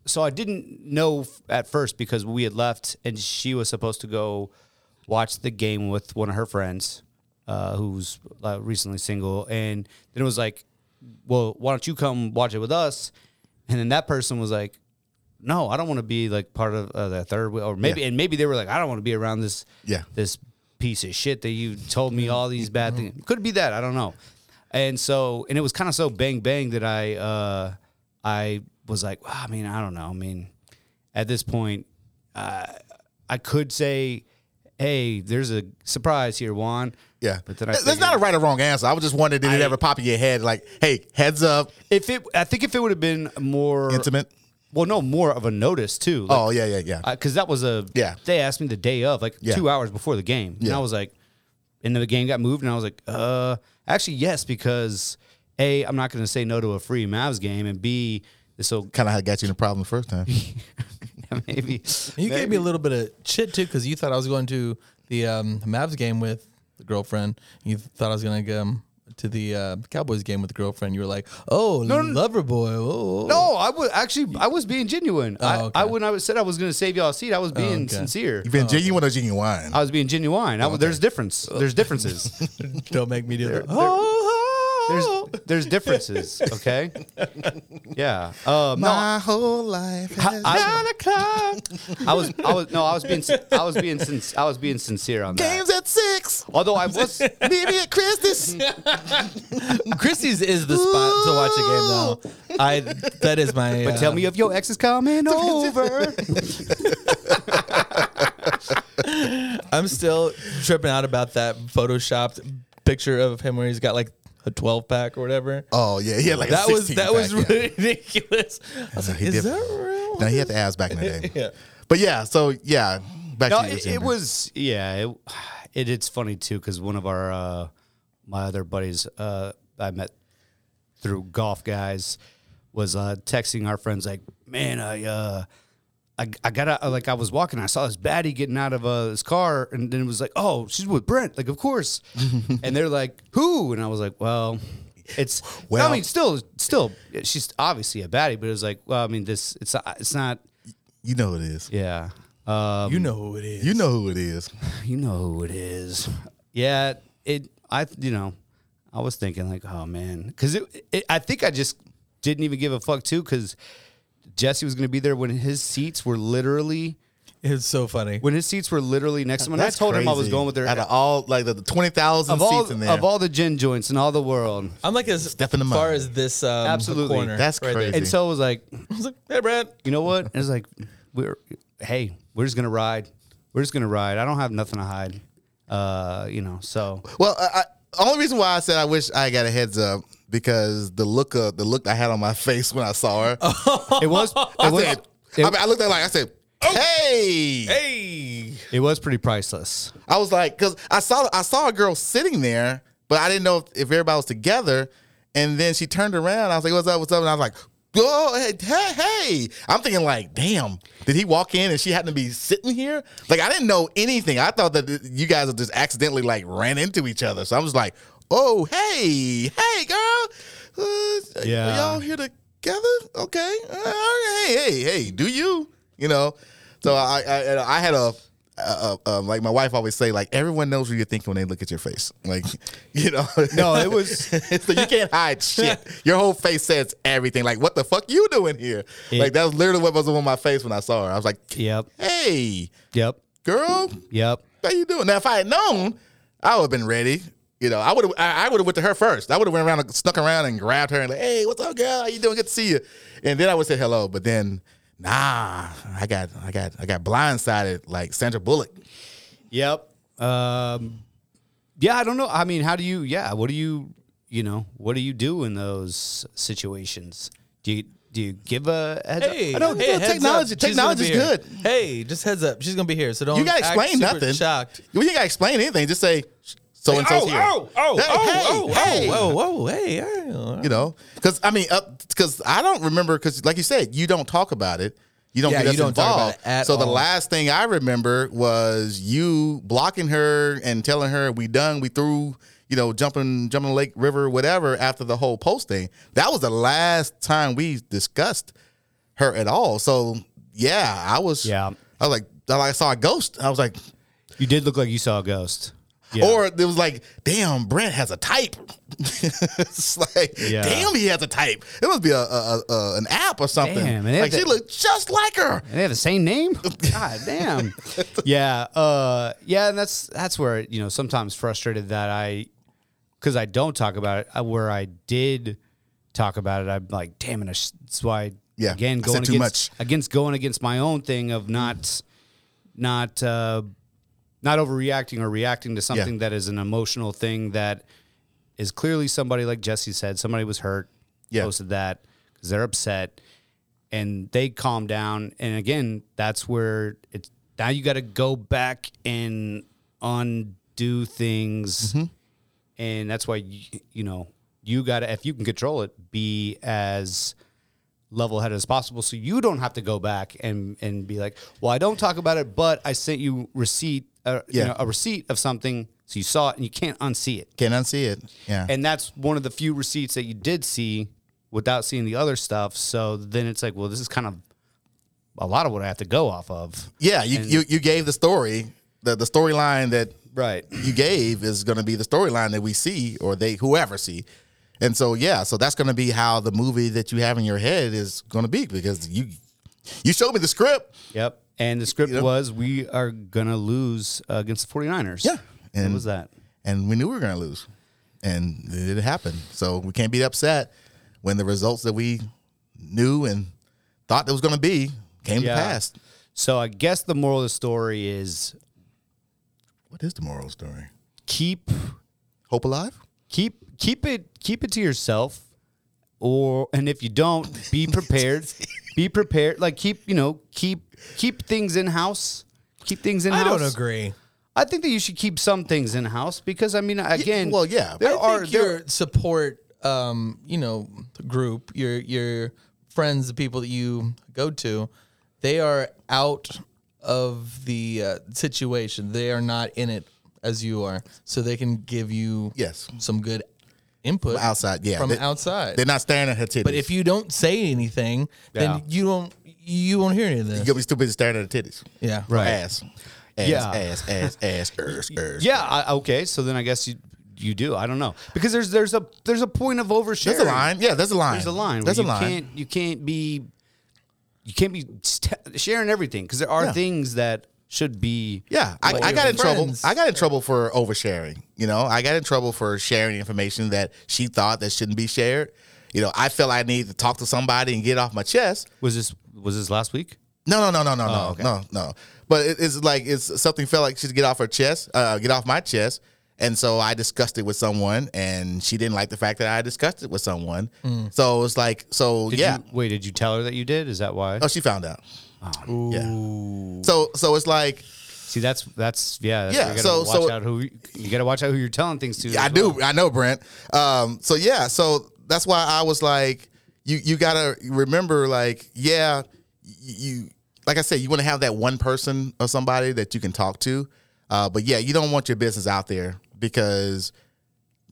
Speaker 2: so I didn't know f- at first because we had left and she was supposed to go watch the game with one of her friends uh, who's uh, recently single. And then it was like, well, why don't you come watch it with us? And then that person was like, no, I don't want to be like part of uh, that third wheel, or maybe, and maybe they were like, I don't want to be around this,
Speaker 1: Yeah.
Speaker 2: this piece of shit that you told me all these bad
Speaker 1: Mm-hmm.
Speaker 2: things. Could be that I don't know. And so, and it was kind of so bang bang that I, uh, I was like, "Wow, I mean, I don't know. I mean, at this point, uh, I could say, hey, there's a surprise here, Juan.
Speaker 1: Yeah,
Speaker 2: but then I
Speaker 1: Th- there's not a
Speaker 2: figured-
Speaker 1: right or wrong answer. I was just wondering, did it
Speaker 2: I-
Speaker 1: ever pop in your head, like, hey, heads up,
Speaker 2: if it. I think if it would have been more
Speaker 1: intimate?
Speaker 2: well, no, more of a notice too. Like,
Speaker 1: Oh yeah, yeah, yeah.
Speaker 2: because that was a
Speaker 1: Yeah.
Speaker 2: They asked me the day of, like
Speaker 1: Yeah.
Speaker 2: two hours before the game, and
Speaker 1: Yeah.
Speaker 2: I was like, and then the game got moved, and I was like, uh, actually yes, because a I'm not going to say no to a free Mavs game, and b this will
Speaker 1: kind of how I got you in the problem the first time.
Speaker 2: maybe
Speaker 3: You gave me a little bit of shit too because you thought I was going to the um, Mavs game with the girlfriend. You thought I was going to um, to the uh, Cowboys game with a girlfriend, you were like, "Oh,
Speaker 2: no.
Speaker 3: lover boy." Oh,
Speaker 2: No, I was actually I was being genuine. I,
Speaker 3: Oh, okay.
Speaker 2: I when I said I was going to save y'all a seat, I was being
Speaker 3: okay.
Speaker 2: sincere.
Speaker 1: You've been genuine or genuine?
Speaker 2: I was being genuine. I, There's difference. There's differences.
Speaker 3: don't make me do that. Oh,
Speaker 2: there's there's differences. Okay. Yeah. Um, no,
Speaker 1: My whole life. Has
Speaker 2: I, I was I was no I was being I was being sin- I was being sincere on that.
Speaker 1: games at six.
Speaker 2: Although I was
Speaker 1: Maybe at Christmas.
Speaker 3: oh. Christie's is the spot to watch a game though. I that is my. uh,
Speaker 2: But tell me if your ex is coming over.
Speaker 3: I'm still tripping out about that photoshopped picture of him where he's got like a 12 pack or whatever.
Speaker 1: Oh yeah, he had like a
Speaker 3: that was
Speaker 1: 16
Speaker 3: that was
Speaker 1: pack, yeah.
Speaker 3: ridiculous. I was like,
Speaker 1: he
Speaker 3: is
Speaker 1: did-
Speaker 3: that real?
Speaker 1: No, he had the abs back in the day.
Speaker 3: Yeah.
Speaker 1: But yeah, so yeah, back
Speaker 2: No,
Speaker 1: to you,
Speaker 2: it, it
Speaker 1: Xander.
Speaker 2: was yeah. It, it it's funny too because one of our uh, my other buddies uh, I met through golf guys was uh, texting our friends like, man, I uh, I I got out, like I was walking, I saw this baddie getting out of uh, his car, and then it was like, oh, she's with Brent, like of course, and they're like, who? And I was like, well. It's well,
Speaker 1: Well-
Speaker 2: I mean, still, still, she's obviously a baddie, but it was like, well, I mean, this, it's, it's not,
Speaker 1: You know who it is.
Speaker 2: yeah. Um,
Speaker 3: You know who it is.
Speaker 1: You know who it is.
Speaker 2: you know who it is. Yeah, it. I you know, I was thinking like, oh man, because it, it. I think I just didn't even give a fuck too because Jesse was gonna be there when his seats were literally
Speaker 3: It's so funny.
Speaker 2: when his seats were literally next to mine. I told him I was
Speaker 1: crazy.
Speaker 2: going with her
Speaker 1: Out
Speaker 2: of
Speaker 1: of all like the, the twenty thousand seats
Speaker 2: all
Speaker 1: in there.
Speaker 2: of all the gin joints in all the world.
Speaker 3: I'm like as
Speaker 1: Step in the
Speaker 3: far
Speaker 1: mud.
Speaker 3: as this um,
Speaker 2: Absolutely.
Speaker 3: corner.
Speaker 1: That's
Speaker 3: right
Speaker 1: crazy.
Speaker 3: There.
Speaker 2: And so I was like,
Speaker 3: I was like, hey, Brad.
Speaker 2: you know what? It's like we're hey, we're just gonna ride. We're just gonna ride. I don't have nothing to hide. Uh, you know, so
Speaker 1: well, I, I, only reason why I said I wish I got a heads up because the look of the look I had on my face when I saw her.
Speaker 2: Oh. it was
Speaker 1: I
Speaker 2: it was,
Speaker 1: said,
Speaker 2: it-
Speaker 1: I, mean, I looked at her like I said,
Speaker 2: Oh.
Speaker 1: hey.
Speaker 3: Hey.
Speaker 2: it was pretty priceless.
Speaker 1: I was like, because I saw I saw a girl sitting there, but I didn't know if, if everybody was together. And then she turned around. I was like, "What's up? What's up?" And I was like, "Oh, hey, hey!" hey." I'm thinking like, "Damn, did he walk in and she happened to be sitting here?" Like I didn't know anything. I thought that th- you guys had just accidentally like ran into each other. So I was like, "Oh, hey, hey, girl, uh,
Speaker 2: Yeah.
Speaker 1: are y'all here together? Okay, Uh, all right. hey, hey, hey, do you? You know?" So I I, and I had a uh, uh, um, like my wife always say, like everyone knows what you're thinking when they look at your face. Like, you know,
Speaker 2: No, it was
Speaker 1: so you can't hide shit. Your whole face says everything. Like, what the fuck you doing here? like that was literally what was on my face when I saw her. I was like,
Speaker 2: Yep.
Speaker 1: hey,
Speaker 2: Yep.
Speaker 1: girl,
Speaker 2: Yep.
Speaker 1: how you doing? Now, if I had known, I would have been ready. You know, I would have I, I would have went to her first. I would have went around, and snuck around, and grabbed her and like, hey, what's up, girl? How you doing? Good to see you. And then I would say hello, but then. Nah, I got, I got, I got blindsided like Sandra Bullock.
Speaker 2: Yep. Um, yeah, I don't know. I mean, how do you? Yeah, what do you? You know, what do you do in those situations? Do you do you give a heads up?
Speaker 3: Hey,
Speaker 2: I know,
Speaker 3: hey,
Speaker 1: no,
Speaker 3: heads up.
Speaker 1: technology-
Speaker 3: She's gonna
Speaker 1: technology's
Speaker 3: be here.
Speaker 1: good.
Speaker 3: Hey, just heads up. She's gonna be here, so don't.
Speaker 1: You gotta
Speaker 3: act
Speaker 1: explain
Speaker 3: super
Speaker 1: nothing.
Speaker 3: Shocked.
Speaker 1: You ain't gotta explain anything. Just say so and so's
Speaker 3: oh,
Speaker 1: here.
Speaker 3: oh, oh,
Speaker 1: Hey,
Speaker 3: oh,
Speaker 1: hey,
Speaker 3: oh,
Speaker 1: hey.
Speaker 3: oh, oh, oh, hey, hey, hey.
Speaker 1: You know, because I mean, up because I don't remember because like you said, you don't talk about it. You don't
Speaker 3: Yeah,
Speaker 1: get us
Speaker 3: you don't talk about
Speaker 1: involved.
Speaker 3: it at
Speaker 1: so the
Speaker 3: all.
Speaker 1: last thing I remember was you blocking her and telling her we done, we through. You know, jumping, jumping lake, river, whatever. After the whole posting, that was the last time we discussed her at all. So yeah, I was.
Speaker 2: Yeah.
Speaker 1: I was like, I saw a ghost. I was like,
Speaker 2: You did look like you saw a ghost. Yeah.
Speaker 1: Or it was like, damn, Brent has a type. it's like,
Speaker 2: Yeah.
Speaker 1: damn, he has a type. It must be a, a, a- a- an app or something.
Speaker 2: Damn, and they
Speaker 1: like
Speaker 2: have
Speaker 1: she
Speaker 2: to-
Speaker 1: looked just like her.
Speaker 2: And they have the same name. God damn. yeah. Uh, yeah. And that's that's where you know sometimes frustrated that I, because I don't talk about it. I- Where I did talk about it, I'm like, damn it. I sh- That's why.
Speaker 1: Yeah,
Speaker 2: Again,
Speaker 1: I said
Speaker 2: going
Speaker 1: too
Speaker 2: against against going against my own thing of not, not, uh, not overreacting or reacting to something that is an emotional thing that is clearly somebody like Jesse said somebody was hurt.
Speaker 1: Yeah.
Speaker 2: Posted that because they're upset and they calm down. And again, that's where it's now you got to go back and undo things. And that's why, you, you know, you got to, if you can control it, be as level headed as possible. So you don't have to go back and, and be like, well, I don't talk about it, but I sent you receipt, uh,
Speaker 1: Yeah.
Speaker 2: you know, a receipt of something. So you saw it and you can't unsee it.
Speaker 1: Can't unsee it. Yeah.
Speaker 2: And that's one of the few receipts that you did see without seeing the other stuff. So then it's like, well, this is kind of a lot of what I have to go off of.
Speaker 1: yeah. You, you you gave the story the the storyline that
Speaker 2: Right.
Speaker 1: you gave is going to be the storyline that we see or they whoever see. And so yeah, so that's going to be how the movie that you have in your head is going to be because you you showed me the script.
Speaker 2: Yep. And the script
Speaker 1: You know?
Speaker 2: was we are going to lose uh, against the 49ers.
Speaker 1: Yeah.
Speaker 2: what
Speaker 1: And-
Speaker 2: was that?
Speaker 1: and we knew we were going to lose, and it happened. So we can't be upset when the results that we knew and thought that was going to be came
Speaker 2: Yeah.
Speaker 1: to pass.
Speaker 2: So I guess the moral of the story is
Speaker 1: What is the moral of the story?
Speaker 2: keep
Speaker 1: Hope alive.
Speaker 2: keep keep it keep it to yourself or and if you don't be prepared be prepared like keep you know keep keep things in house keep things in
Speaker 3: I
Speaker 2: house
Speaker 3: don't agree.
Speaker 2: i think that you should keep some things in house because i mean again
Speaker 1: well, yeah.
Speaker 2: there
Speaker 1: I
Speaker 2: are
Speaker 3: think
Speaker 2: there
Speaker 3: your support, um, you know, group, your your friends, the people that you go to, they are out of the uh, situation. They are not in it as you are, so they can give you
Speaker 1: Yes.
Speaker 3: some good input
Speaker 1: Outside, yeah.
Speaker 3: from
Speaker 1: They-
Speaker 3: outside.
Speaker 1: They're not staring at her titties.
Speaker 3: But if you don't say anything,
Speaker 2: Yeah.
Speaker 3: then you don't you won't hear any of
Speaker 1: you
Speaker 3: this.
Speaker 1: gonna be stupid and staring at her titties,
Speaker 3: Yeah,
Speaker 2: Right.
Speaker 1: ass, ass,
Speaker 2: Yeah.
Speaker 1: ass, ass, ass, ass, ass.
Speaker 2: yeah I, okay so then i guess you you do i don't know because there's there's a there's a point of oversharing
Speaker 1: There's a line. Yeah, there's a line.
Speaker 2: there's a line where
Speaker 1: There's a
Speaker 2: you
Speaker 1: line.
Speaker 2: can't you can't be you can't be st- sharing everything because there are
Speaker 1: Yeah.
Speaker 2: things that should be
Speaker 1: Yeah, I,
Speaker 3: Like
Speaker 1: I
Speaker 3: your
Speaker 1: got in trouble.
Speaker 3: friends.
Speaker 1: I got in trouble for oversharing. You know, I got in trouble for sharing information that she thought that shouldn't be shared. You know, I felt I need to talk to somebody and get off my chest.
Speaker 2: was this was this last week
Speaker 1: No, no, no, no, no, no,
Speaker 2: Oh, okay.
Speaker 1: no, no. But it, it's like it's something felt like she'd get off her chest, uh, get off my chest, and so I discussed it with someone, and she didn't like the fact that I discussed it with someone. So it's like, so
Speaker 2: Hmm. Did
Speaker 1: yeah.
Speaker 2: You, wait, did you tell her that you did? Is that why?
Speaker 1: oh, she found out.
Speaker 2: Oh.
Speaker 1: Yeah. So so it's like
Speaker 2: See, that's that's yeah. That's,
Speaker 1: Yeah,
Speaker 2: You gotta
Speaker 1: so-
Speaker 2: watch
Speaker 1: so-
Speaker 2: out who you, you gotta watch out who you're telling things to.
Speaker 1: Yeah, I
Speaker 2: as well.
Speaker 1: do. I know, Brent. Um, so yeah, so that's why I was like, you you gotta remember, like, yeah, y- you like I said, you want to have that one person or somebody that you can talk to, uh, but yeah, you don't want your business out there because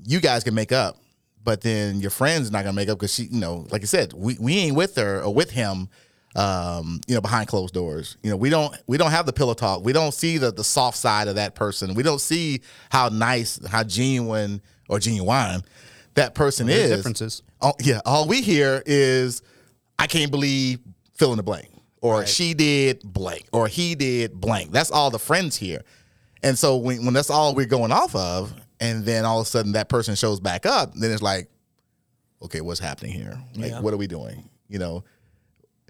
Speaker 1: you guys can make up, but then your friend's not gonna make up because she, you know, like I said, we, we ain't with her or with him, um, you know, behind closed doors. You know, we don't we don't have the pillow talk. We don't see the the soft side of that person. We don't see how nice, how genuine or genuine that person
Speaker 2: There's
Speaker 1: is.
Speaker 2: differences.
Speaker 1: All, yeah, all we hear is, I can't believe fill in the blank, or she did blank, or he did blank. That's all the friends hear. And so when, when that's all we're going off of, and then all of a sudden that person shows back up, then it's like, okay, what's happening here? Like, what are we doing? You know,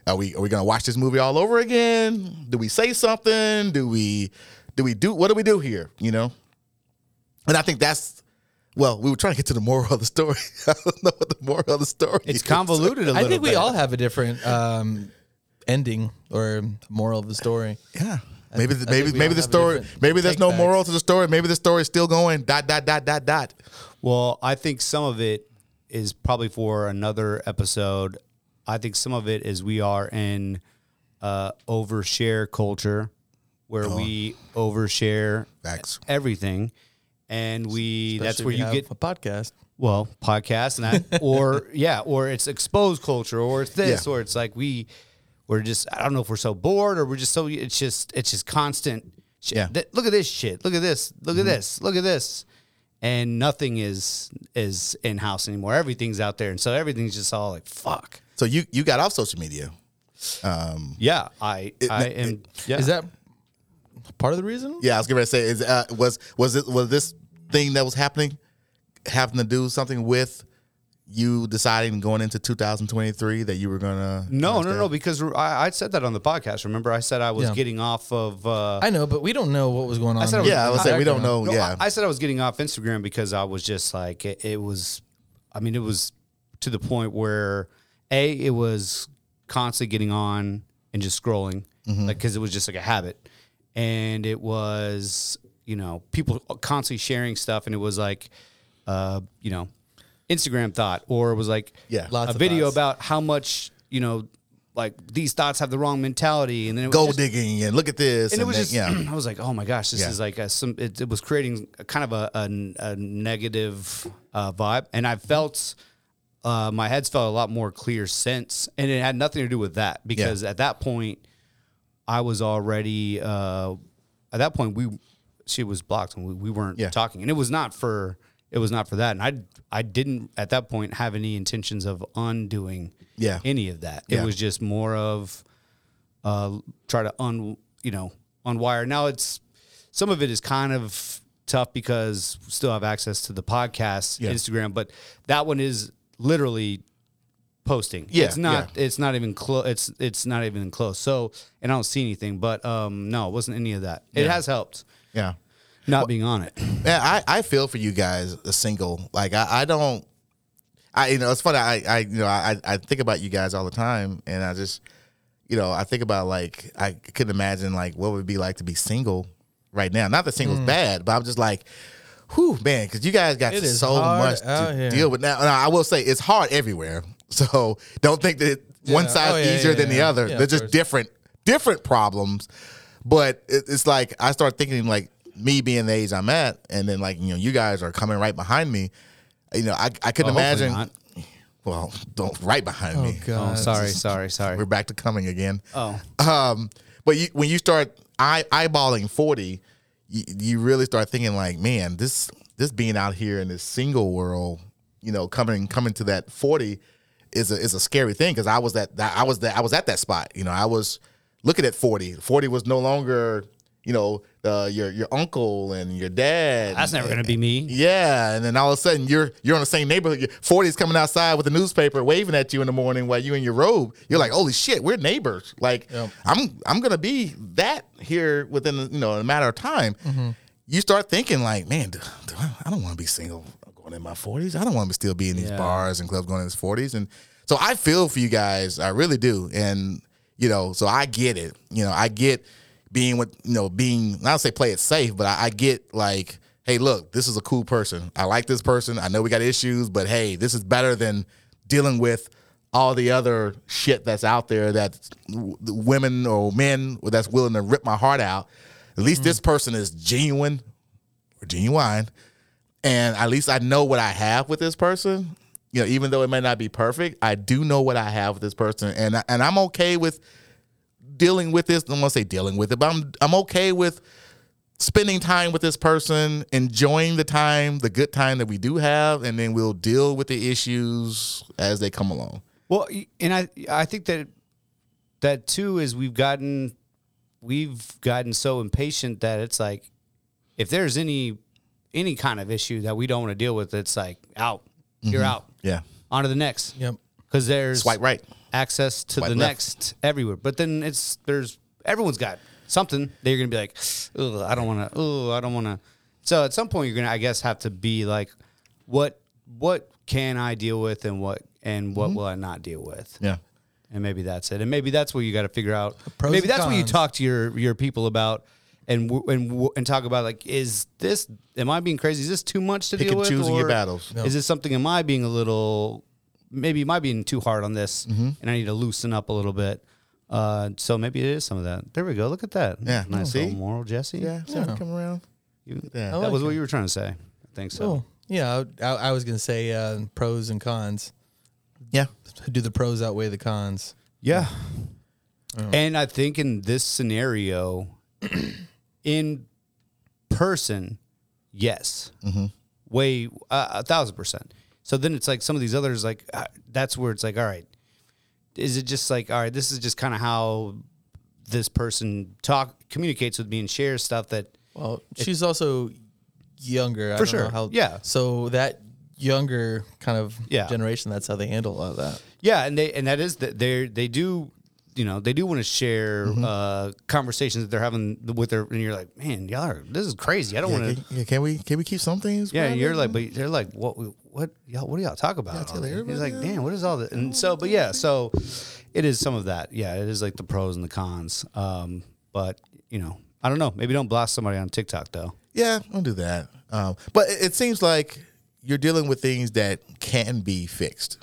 Speaker 1: are we are we gonna watch this movie all over again? Do we say something? Do we do we do what do we do here? You know, and I think that's well, we were trying to get to the moral of the story. I don't know what the moral of the story.
Speaker 2: It's
Speaker 1: is.
Speaker 2: convoluted a
Speaker 3: I
Speaker 2: little.
Speaker 3: think we
Speaker 2: bit.
Speaker 3: all have a different um, ending or moral of the story.
Speaker 1: Yeah. Maybe the,
Speaker 3: I
Speaker 1: maybe
Speaker 3: think we
Speaker 1: maybe
Speaker 3: all
Speaker 1: the
Speaker 3: have a
Speaker 1: story
Speaker 3: different
Speaker 1: maybe there's
Speaker 3: take
Speaker 1: no
Speaker 3: backs.
Speaker 1: moral to the story. Maybe the story's still going dot dot dot dot dot.
Speaker 2: Well, I think some of it is probably for another episode. I think some of it is we are in uh, overshare culture, where
Speaker 3: Oh.
Speaker 2: we overshare
Speaker 1: Facts.
Speaker 2: everything, and we that's
Speaker 3: Especially
Speaker 2: where
Speaker 3: if
Speaker 2: you
Speaker 3: have
Speaker 2: get
Speaker 3: a podcast.
Speaker 2: well podcast and that or yeah or it's exposed culture or it's this
Speaker 1: Yeah.
Speaker 2: or it's like we we're just i don't know if we're so bored or we're just so it's just it's just constant shit.
Speaker 1: Yeah.
Speaker 2: Th- look at this shit look at this look at this look at this and nothing is is in house anymore everything's out there and so everything's just all like fuck
Speaker 1: So you you got off social media. Um
Speaker 2: yeah i i
Speaker 1: it-
Speaker 2: am yeah
Speaker 3: Is that part of the reason?
Speaker 1: yeah, I was going to say is uh, was was it was this thing that was happening having to do something with you deciding going into 2023 that you were going to
Speaker 2: no no no because I, I said that on the podcast remember i said i was
Speaker 3: Yeah.
Speaker 2: getting off of uh
Speaker 3: I know, but we don't know what was going on.
Speaker 2: said it was-
Speaker 1: Yeah, I was saying we don't
Speaker 3: background.
Speaker 1: know.
Speaker 2: No,
Speaker 1: yeah.
Speaker 2: I, I said I was getting off Instagram because I was just like it, it was. I mean, it was to the point where a it was constantly getting on and just scrolling,
Speaker 3: Mm-hmm.
Speaker 2: like because it was just like a habit, and it was you know people constantly sharing stuff, and it was like, uh, you know, Instagram thought, or it was like
Speaker 1: Yeah.
Speaker 3: Lots
Speaker 2: a
Speaker 3: of
Speaker 2: video
Speaker 3: thoughts.
Speaker 2: about how much you know like these thoughts have the wrong mentality, and then it was
Speaker 1: Gold
Speaker 2: just-
Speaker 1: digging and look at this.
Speaker 2: and it was
Speaker 1: then-
Speaker 2: just
Speaker 1: yeah.
Speaker 2: I was like, oh my gosh, this
Speaker 1: Yeah.
Speaker 2: is like a, some. It, it was creating a kind of a, a, a negative uh, vibe, and I felt uh, my heads felt a lot more clear since, and it had nothing to do with that because at that point I was already uh, at that point we she was blocked and we, we weren't
Speaker 1: Yeah.
Speaker 2: talking, and it was not for it was not for that, and I I didn't at that point have any intentions of undoing
Speaker 1: Yeah.
Speaker 2: any of that.
Speaker 1: Yeah.
Speaker 2: It was just more of uh, try to un you know unwire. Now it's some of it is kind of tough because we still have access to the podcast,
Speaker 1: Yeah.
Speaker 2: Instagram, but that one is literally posting.
Speaker 1: Yeah,
Speaker 2: it's not. It's not even close. It's it's not even close. So and I don't see anything, but um, no, it wasn't any of that. It has helped
Speaker 1: Yeah.
Speaker 2: not being on it.
Speaker 1: Man, I, I feel for you guys a single. Like I, I don't I you know, it's funny, I, I you know, I, I think about you guys all the time and I just you know, I think about like I couldn't imagine like what it would be like to be single right now. Not that single's bad, but I'm just like Whew, man, because you guys got
Speaker 3: Mm. It is
Speaker 1: so
Speaker 3: hard
Speaker 1: much
Speaker 3: out
Speaker 1: to
Speaker 3: here.
Speaker 1: deal with now. now. I will say it's hard everywhere, so don't think that one
Speaker 3: Yeah.
Speaker 1: side's
Speaker 3: Oh, yeah,
Speaker 1: easier
Speaker 3: yeah,
Speaker 1: than the
Speaker 3: yeah.
Speaker 1: other.
Speaker 3: Yeah,
Speaker 1: They're
Speaker 3: of
Speaker 1: just
Speaker 3: course.
Speaker 1: different different problems. But it, it's like I start thinking like me being the age I'm at, and then like you know you guys are coming right behind me. You know I I couldn't
Speaker 2: Well, Oh, hopefully
Speaker 1: imagine.
Speaker 2: not.
Speaker 1: Well, don't right behind me.
Speaker 2: Oh, sorry, sorry, sorry.
Speaker 1: uh, We're back to coming again.
Speaker 2: Oh.
Speaker 1: Um, but you, when you start eye, eyeballing forty, you, you really start thinking like, man, this this being out here in this single world, you know, coming coming to that forty is a is a scary thing because I was that, that I was that I was at that spot. You know, I was looking at forty. Forty was no longer you know uh, your your uncle and your dad.
Speaker 2: That's never gonna be me.
Speaker 1: Yeah, and then all of a sudden you're you're on the same neighborhood. Forty's coming outside with a newspaper, waving at you in the morning while you in your robe. You're like, holy shit, we're neighbors. Like, I'm I'm gonna be that here within you know a matter of time. You start thinking like, man, do- do I I don't want to be single going in my forties. I don't want to still be in these
Speaker 2: Yeah.
Speaker 1: bars and clubs going in his forties. And so I feel for you guys, I really do. And you know, so I get it. You know, I get being with you know being not to say play it safe, but I, I get like, hey, look, this is a cool person. I like this person. I know we got issues, but hey, this is better than dealing with all the other shit that's out there that w- the women or men that's willing to rip my heart out. At least this person is genuine or genuine and at least I know what I have with this person. You know, even though it may not be perfect, I do know what I have with this person, and I, and I'm okay with dealing with this. I don't want to say dealing with it, but I'm I'm okay with spending time with this person, enjoying the time, the good time that we do have, and then we'll deal with the issues as they come along.
Speaker 2: Well, y- and I I think that that too is we've gotten we've gotten so impatient that it's like if there's any any kind of issue that we don't want to deal with, it's like out, you're out,
Speaker 1: Yeah,
Speaker 2: on to the next.
Speaker 3: Yep.
Speaker 2: Because there's
Speaker 1: swipe right.
Speaker 2: access to
Speaker 1: Swipe
Speaker 2: the
Speaker 1: left.
Speaker 2: next everywhere, but then it's there's everyone's got something that you're gonna be like, Ugh, I don't want to, oh, I don't want to. So at some point you're gonna, I guess, have to be like, what what can I deal with and what and what
Speaker 1: Mm-hmm.
Speaker 2: will I not deal with?
Speaker 1: Yeah,
Speaker 2: and maybe that's it. And maybe that's where you got to figure out.
Speaker 3: pros
Speaker 2: maybe
Speaker 3: and
Speaker 2: that's what you
Speaker 3: cons.
Speaker 2: talk to your your people about, and w- and w- and talk about like, is this? Am I being crazy? Is this too much to
Speaker 1: Pick
Speaker 2: deal
Speaker 1: and
Speaker 2: with?
Speaker 1: choosing your
Speaker 2: Or
Speaker 1: battles.
Speaker 2: Is this something? Am I being a little? Maybe am I being too hard on this?
Speaker 3: Mm-hmm.
Speaker 2: And I need to loosen up a little bit. Uh, so maybe it is some of that. There we go. Look at that.
Speaker 1: Yeah.
Speaker 2: nice
Speaker 1: See?
Speaker 2: little moral, Jesse.
Speaker 1: yeah. So we come around.
Speaker 2: You-
Speaker 1: Yeah.
Speaker 2: that
Speaker 3: like Oh,
Speaker 2: was what you were trying to say. I think so.
Speaker 3: Cool. Yeah, I, I was gonna say uh, pros and cons.
Speaker 1: Yeah,
Speaker 3: Do the pros outweigh the cons?
Speaker 2: Yeah. And I think in this scenario, in person, yes, way uh, a thousand percent. So then it's like some of these others, like uh, that's where it's like, all right, is it just like, all right, this is just kind of how this person talk communicates with me and shares stuff that
Speaker 3: Well, she's also younger. I
Speaker 2: For
Speaker 3: don't know
Speaker 2: sure.
Speaker 3: how,
Speaker 2: Yeah.
Speaker 3: So that younger kind of
Speaker 2: Yeah.
Speaker 3: generation, that's how they handle all of that.
Speaker 2: Yeah, and they and that is that they they do you know they do want to share uh, conversations that they're having with their and you're like man y'all are, this is crazy I don't
Speaker 1: yeah
Speaker 2: want
Speaker 1: can,
Speaker 2: to
Speaker 1: yeah, can we can we keep some things?
Speaker 2: yeah
Speaker 1: private?
Speaker 2: you're like but they're like what what y'all what do y'all talk about
Speaker 1: tell
Speaker 2: he's
Speaker 1: everybody
Speaker 2: like man what is all this and so but yeah so it is some of that yeah it is like the pros and the cons um, but you know I don't know maybe don't blast somebody on TikTok though
Speaker 1: Yeah, don't do that. Um, but it, it seems like you're dealing with things that can be fixed.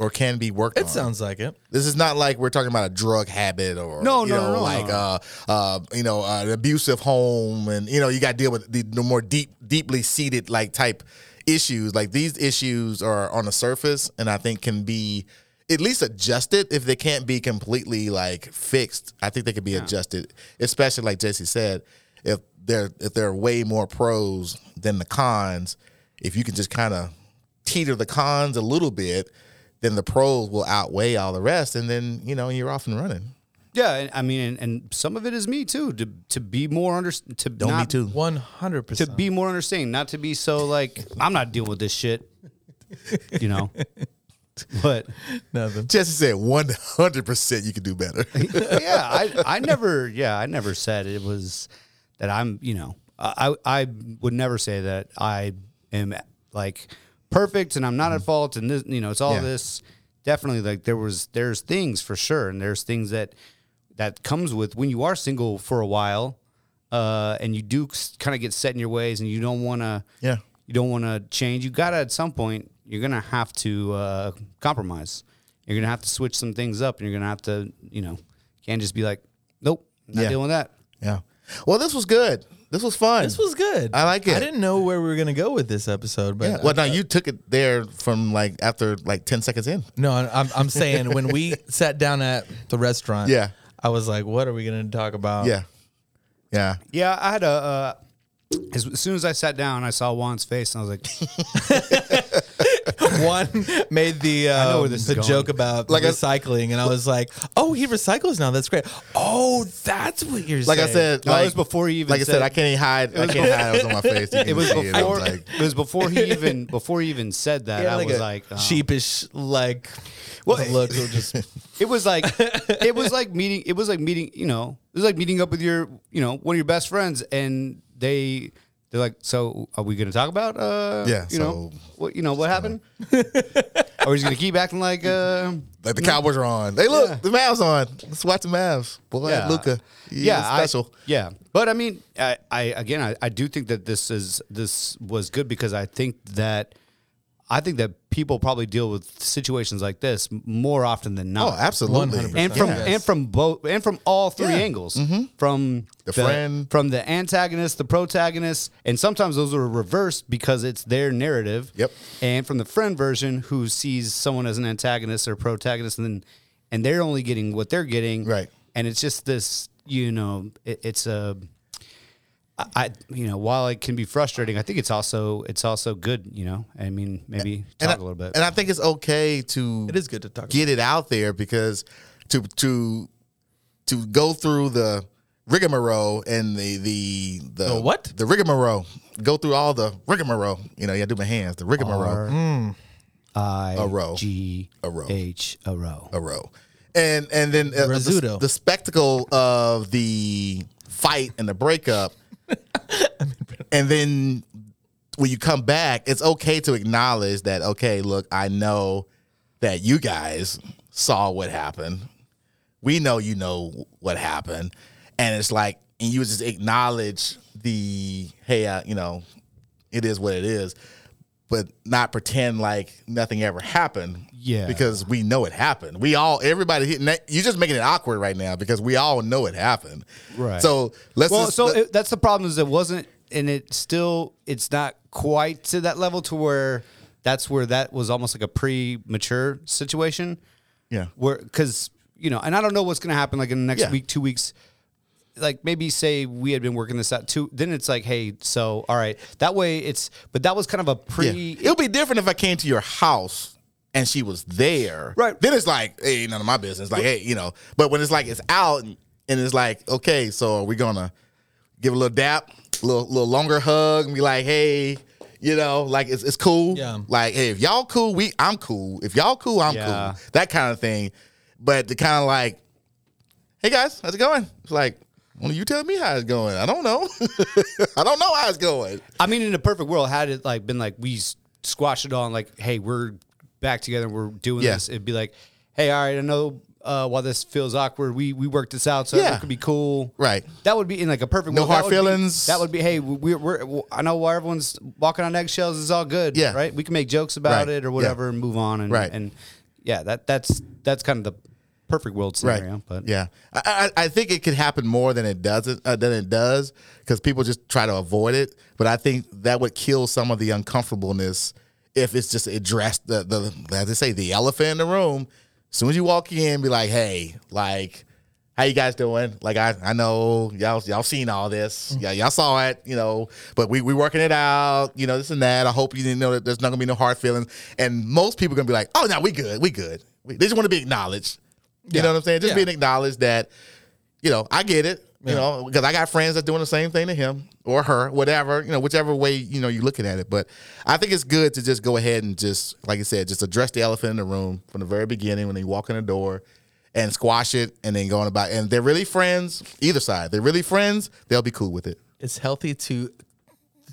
Speaker 1: or can be worked
Speaker 3: It
Speaker 1: on.
Speaker 3: sounds like it.
Speaker 1: This is not like we're talking about a drug habit or
Speaker 2: No,
Speaker 1: you
Speaker 2: no,
Speaker 1: know,
Speaker 2: no, no,
Speaker 1: like
Speaker 2: no.
Speaker 1: Uh, uh, you know, uh, an abusive home, and you know, you got to deal with the, the more deep, deeply seated like type issues. Like these issues are on the surface, and I think can be at least adjusted if they can't be completely like fixed. I think they could be adjusted, especially like Jesse said, if there if there are way more pros than the cons. If you can just kind of teeter the cons a little bit, then the pros will outweigh all the rest, and then you know you're off and running.
Speaker 2: Yeah, and- I mean, and, and some of it is me too. To to be more under to
Speaker 1: Don't
Speaker 2: not,
Speaker 1: me too.
Speaker 3: One hundred
Speaker 2: to
Speaker 3: percent.
Speaker 2: be more understanding, not to be so like I'm not dealing with this shit, you know. But
Speaker 3: Nothing.
Speaker 1: Jesse said 100 percent you could do better.
Speaker 2: yeah, I I never yeah I never said it was that I'm you know I I I would never say that I am like perfect and I'm not at fault and this you know it's all
Speaker 1: Yeah.
Speaker 2: this definitely like there was there's things for sure and there's things that that comes with when you are single for a while uh and you do kind of get set in your ways and you don't want to
Speaker 1: Yeah.
Speaker 2: you don't want to change. You gotta at some point. You're gonna have to uh, compromise. You're gonna have to switch some things up, and you're gonna have to, you know, can't just be like, nope, not
Speaker 1: Yeah.
Speaker 2: dealing with that.
Speaker 1: yeah. Well, this was good. This was fun.
Speaker 3: This was good.
Speaker 1: I like
Speaker 3: I
Speaker 1: it.
Speaker 3: didn't know where we were gonna go with this episode, but
Speaker 1: Yeah. Well, no, you took it there from like after like 10 seconds in.
Speaker 3: No, I- I'm, I'm saying when we sat down at the restaurant,
Speaker 1: Yeah.
Speaker 3: I was like, what are we going to talk
Speaker 2: Oh.
Speaker 3: about?
Speaker 1: Yeah. Yeah.
Speaker 2: Yeah, I had a. Uh, as, as soon as I sat down, I saw Juan's face, and I was like,
Speaker 3: One made the um,
Speaker 2: know where this is
Speaker 3: the
Speaker 2: going.
Speaker 3: joke about
Speaker 1: Like I-
Speaker 3: recycling, and I was like, oh, he recycles now. That's great. Oh, that's what you're
Speaker 1: Like
Speaker 3: saying.
Speaker 1: I said,
Speaker 2: No, it
Speaker 1: like,
Speaker 2: was before you even
Speaker 1: Like I said,
Speaker 2: said-
Speaker 1: I can't even hide. I can't hide. It was on my face. You
Speaker 2: it
Speaker 1: can
Speaker 2: was
Speaker 1: see I
Speaker 2: before.
Speaker 1: was like,
Speaker 2: it was before he even before he even said that.
Speaker 3: Yeah,
Speaker 2: I was
Speaker 3: a
Speaker 2: like, oh.
Speaker 3: sheepish, like, well, look, it was just
Speaker 2: It was like it was like meeting it was like meeting, you know, it was like meeting up with your, you know, one of your best friends and they they're like, "So are we going to talk about uh
Speaker 1: Yeah,
Speaker 2: you know,
Speaker 1: so-
Speaker 2: what you know what happened?" are we just going to keep acting like uh
Speaker 1: like the Cowboys are on. Hey, look,
Speaker 2: Yeah.
Speaker 1: the Mavs on. Let's watch the Mavs. Boy,
Speaker 2: Yeah.
Speaker 1: Luca.
Speaker 2: yeah, I-
Speaker 1: special.
Speaker 2: yeah. But I mean, I, I again, I, I do think that this is this was good because I think that I think that people probably deal with situations like this more often than not.
Speaker 1: oh, absolutely.
Speaker 3: 100%.
Speaker 2: and from
Speaker 1: Yeah.
Speaker 2: and from both and from all three
Speaker 1: Yeah. Mm-hmm.
Speaker 2: angles from
Speaker 1: The friend.
Speaker 2: from the antagonist the protagonist and sometimes those are reversed because it's their narrative
Speaker 1: Yep.
Speaker 2: and from the friend version who sees someone as an antagonist or protagonist and then and they're only getting what they're getting
Speaker 1: Right.
Speaker 2: and it's just this you know it, it's a I- I you know while it can be frustrating I think it's also it's also good you know I mean maybe
Speaker 1: and
Speaker 2: talk a
Speaker 1: I,
Speaker 2: little bit
Speaker 1: And I think it's okay to
Speaker 3: It is good to talk
Speaker 1: get it out there because to to to go through the rigmarole and the the the,
Speaker 3: The what?
Speaker 1: the rigmarole go through all the rigmarole you know yeah I do my hands the rigmarole
Speaker 2: I
Speaker 1: A row.
Speaker 2: G
Speaker 1: A row.
Speaker 2: H a row
Speaker 1: a row and and then uh, the,
Speaker 3: Rizzuto.
Speaker 1: the spectacle of the fight and the breakup and then when you come back, it's okay to acknowledge that, okay, look, I know that you guys saw what happened. We know you know what happened. And it's like, and you just acknowledge the, hey, uh, you know, it is what it is, but not pretend like nothing ever happened.
Speaker 2: Yeah.
Speaker 1: Because we know it happened. We all, everybody, you're just making it awkward right now because we all know it happened.
Speaker 2: Right.
Speaker 1: So let's
Speaker 2: Well,
Speaker 1: just-
Speaker 2: so
Speaker 1: let-
Speaker 2: it, that's the problem is it wasn't, and it still it's not quite to that level to where that's where that was almost like a premature situation.
Speaker 1: Yeah.
Speaker 2: where because you know, and I don't know what's going to happen like in the next
Speaker 1: Yeah.
Speaker 2: week, two weeks. Like maybe say we had been working this out too, then it's like, hey, so all right, that way it's, but that was kind of a
Speaker 1: Yeah.
Speaker 2: pre.
Speaker 1: It'll be different if I came to your house and she was there.
Speaker 2: Right.
Speaker 1: Then it's like, hey, none of my business. Like, hey, you know. But when it's like it's out and and it's like, okay, so are we gonna give a little dap, a little little longer hug, and be like, hey, you know, like it's it's cool.
Speaker 3: Yeah.
Speaker 1: Like, hey, if y'all cool, we I'm cool. If y'all cool, I'm
Speaker 2: Yeah.
Speaker 1: cool. That kind of thing. But the kind of like, hey guys, how's it going? It's like, well, you tell me how it's going. I don't know. I don't know how it's going.
Speaker 2: I mean, in a perfect world, had it like been like we s- squashed it on, like, hey, we're back together, we're doing
Speaker 1: Yeah.
Speaker 2: this. It'd be like, hey, all right, I know uh, while this feels awkward, we we worked this out, so
Speaker 1: Yeah.
Speaker 2: it could be cool,
Speaker 1: Right.
Speaker 2: That would be in like a perfect
Speaker 1: No
Speaker 2: world, that
Speaker 1: hard
Speaker 2: would be-
Speaker 1: feelings.
Speaker 2: that would be hey, we, we're, we're I know why everyone's walking on eggshells. It's all good,
Speaker 1: Yeah.
Speaker 2: right? We can make jokes about
Speaker 1: Right.
Speaker 2: it
Speaker 1: Yeah.
Speaker 2: or whatever and move on, and
Speaker 1: Right.
Speaker 2: and yeah, that that's that's kind of the perfect world
Speaker 1: Right.
Speaker 2: scenario. But
Speaker 1: yeah, I, I I think it could happen more than it doesn't uh, than it does because people just try to avoid it. But I think that would kill some of the uncomfortableness if it's just addressed the the as they say the elephant in the room. As soon as you walk in, be like, hey, like. How you guys doing? Like I, I know y'all y'all seen all this. Yeah, y'all saw it, you know, but we we working it out, you know, this and that. I hope you didn't know that there's not gonna be no hard feelings. And most people gonna be like, oh no, we good, we good. We, they just wanna be acknowledged. You
Speaker 3: Yeah.
Speaker 1: know what I'm saying? Just
Speaker 3: Yeah.
Speaker 1: being acknowledged that, you know, I get it. You
Speaker 3: Yeah.
Speaker 1: know, because I got friends that's doing the same thing to him or her, whatever, you know, whichever way, you know, you're looking at it. But I think it's good to just go ahead and just, like I said, just address the elephant in the room from the very beginning when they walk in the door and squash it and then go on about And they're really friends, either side. They're really friends, they'll be cool with it.
Speaker 3: It's healthy to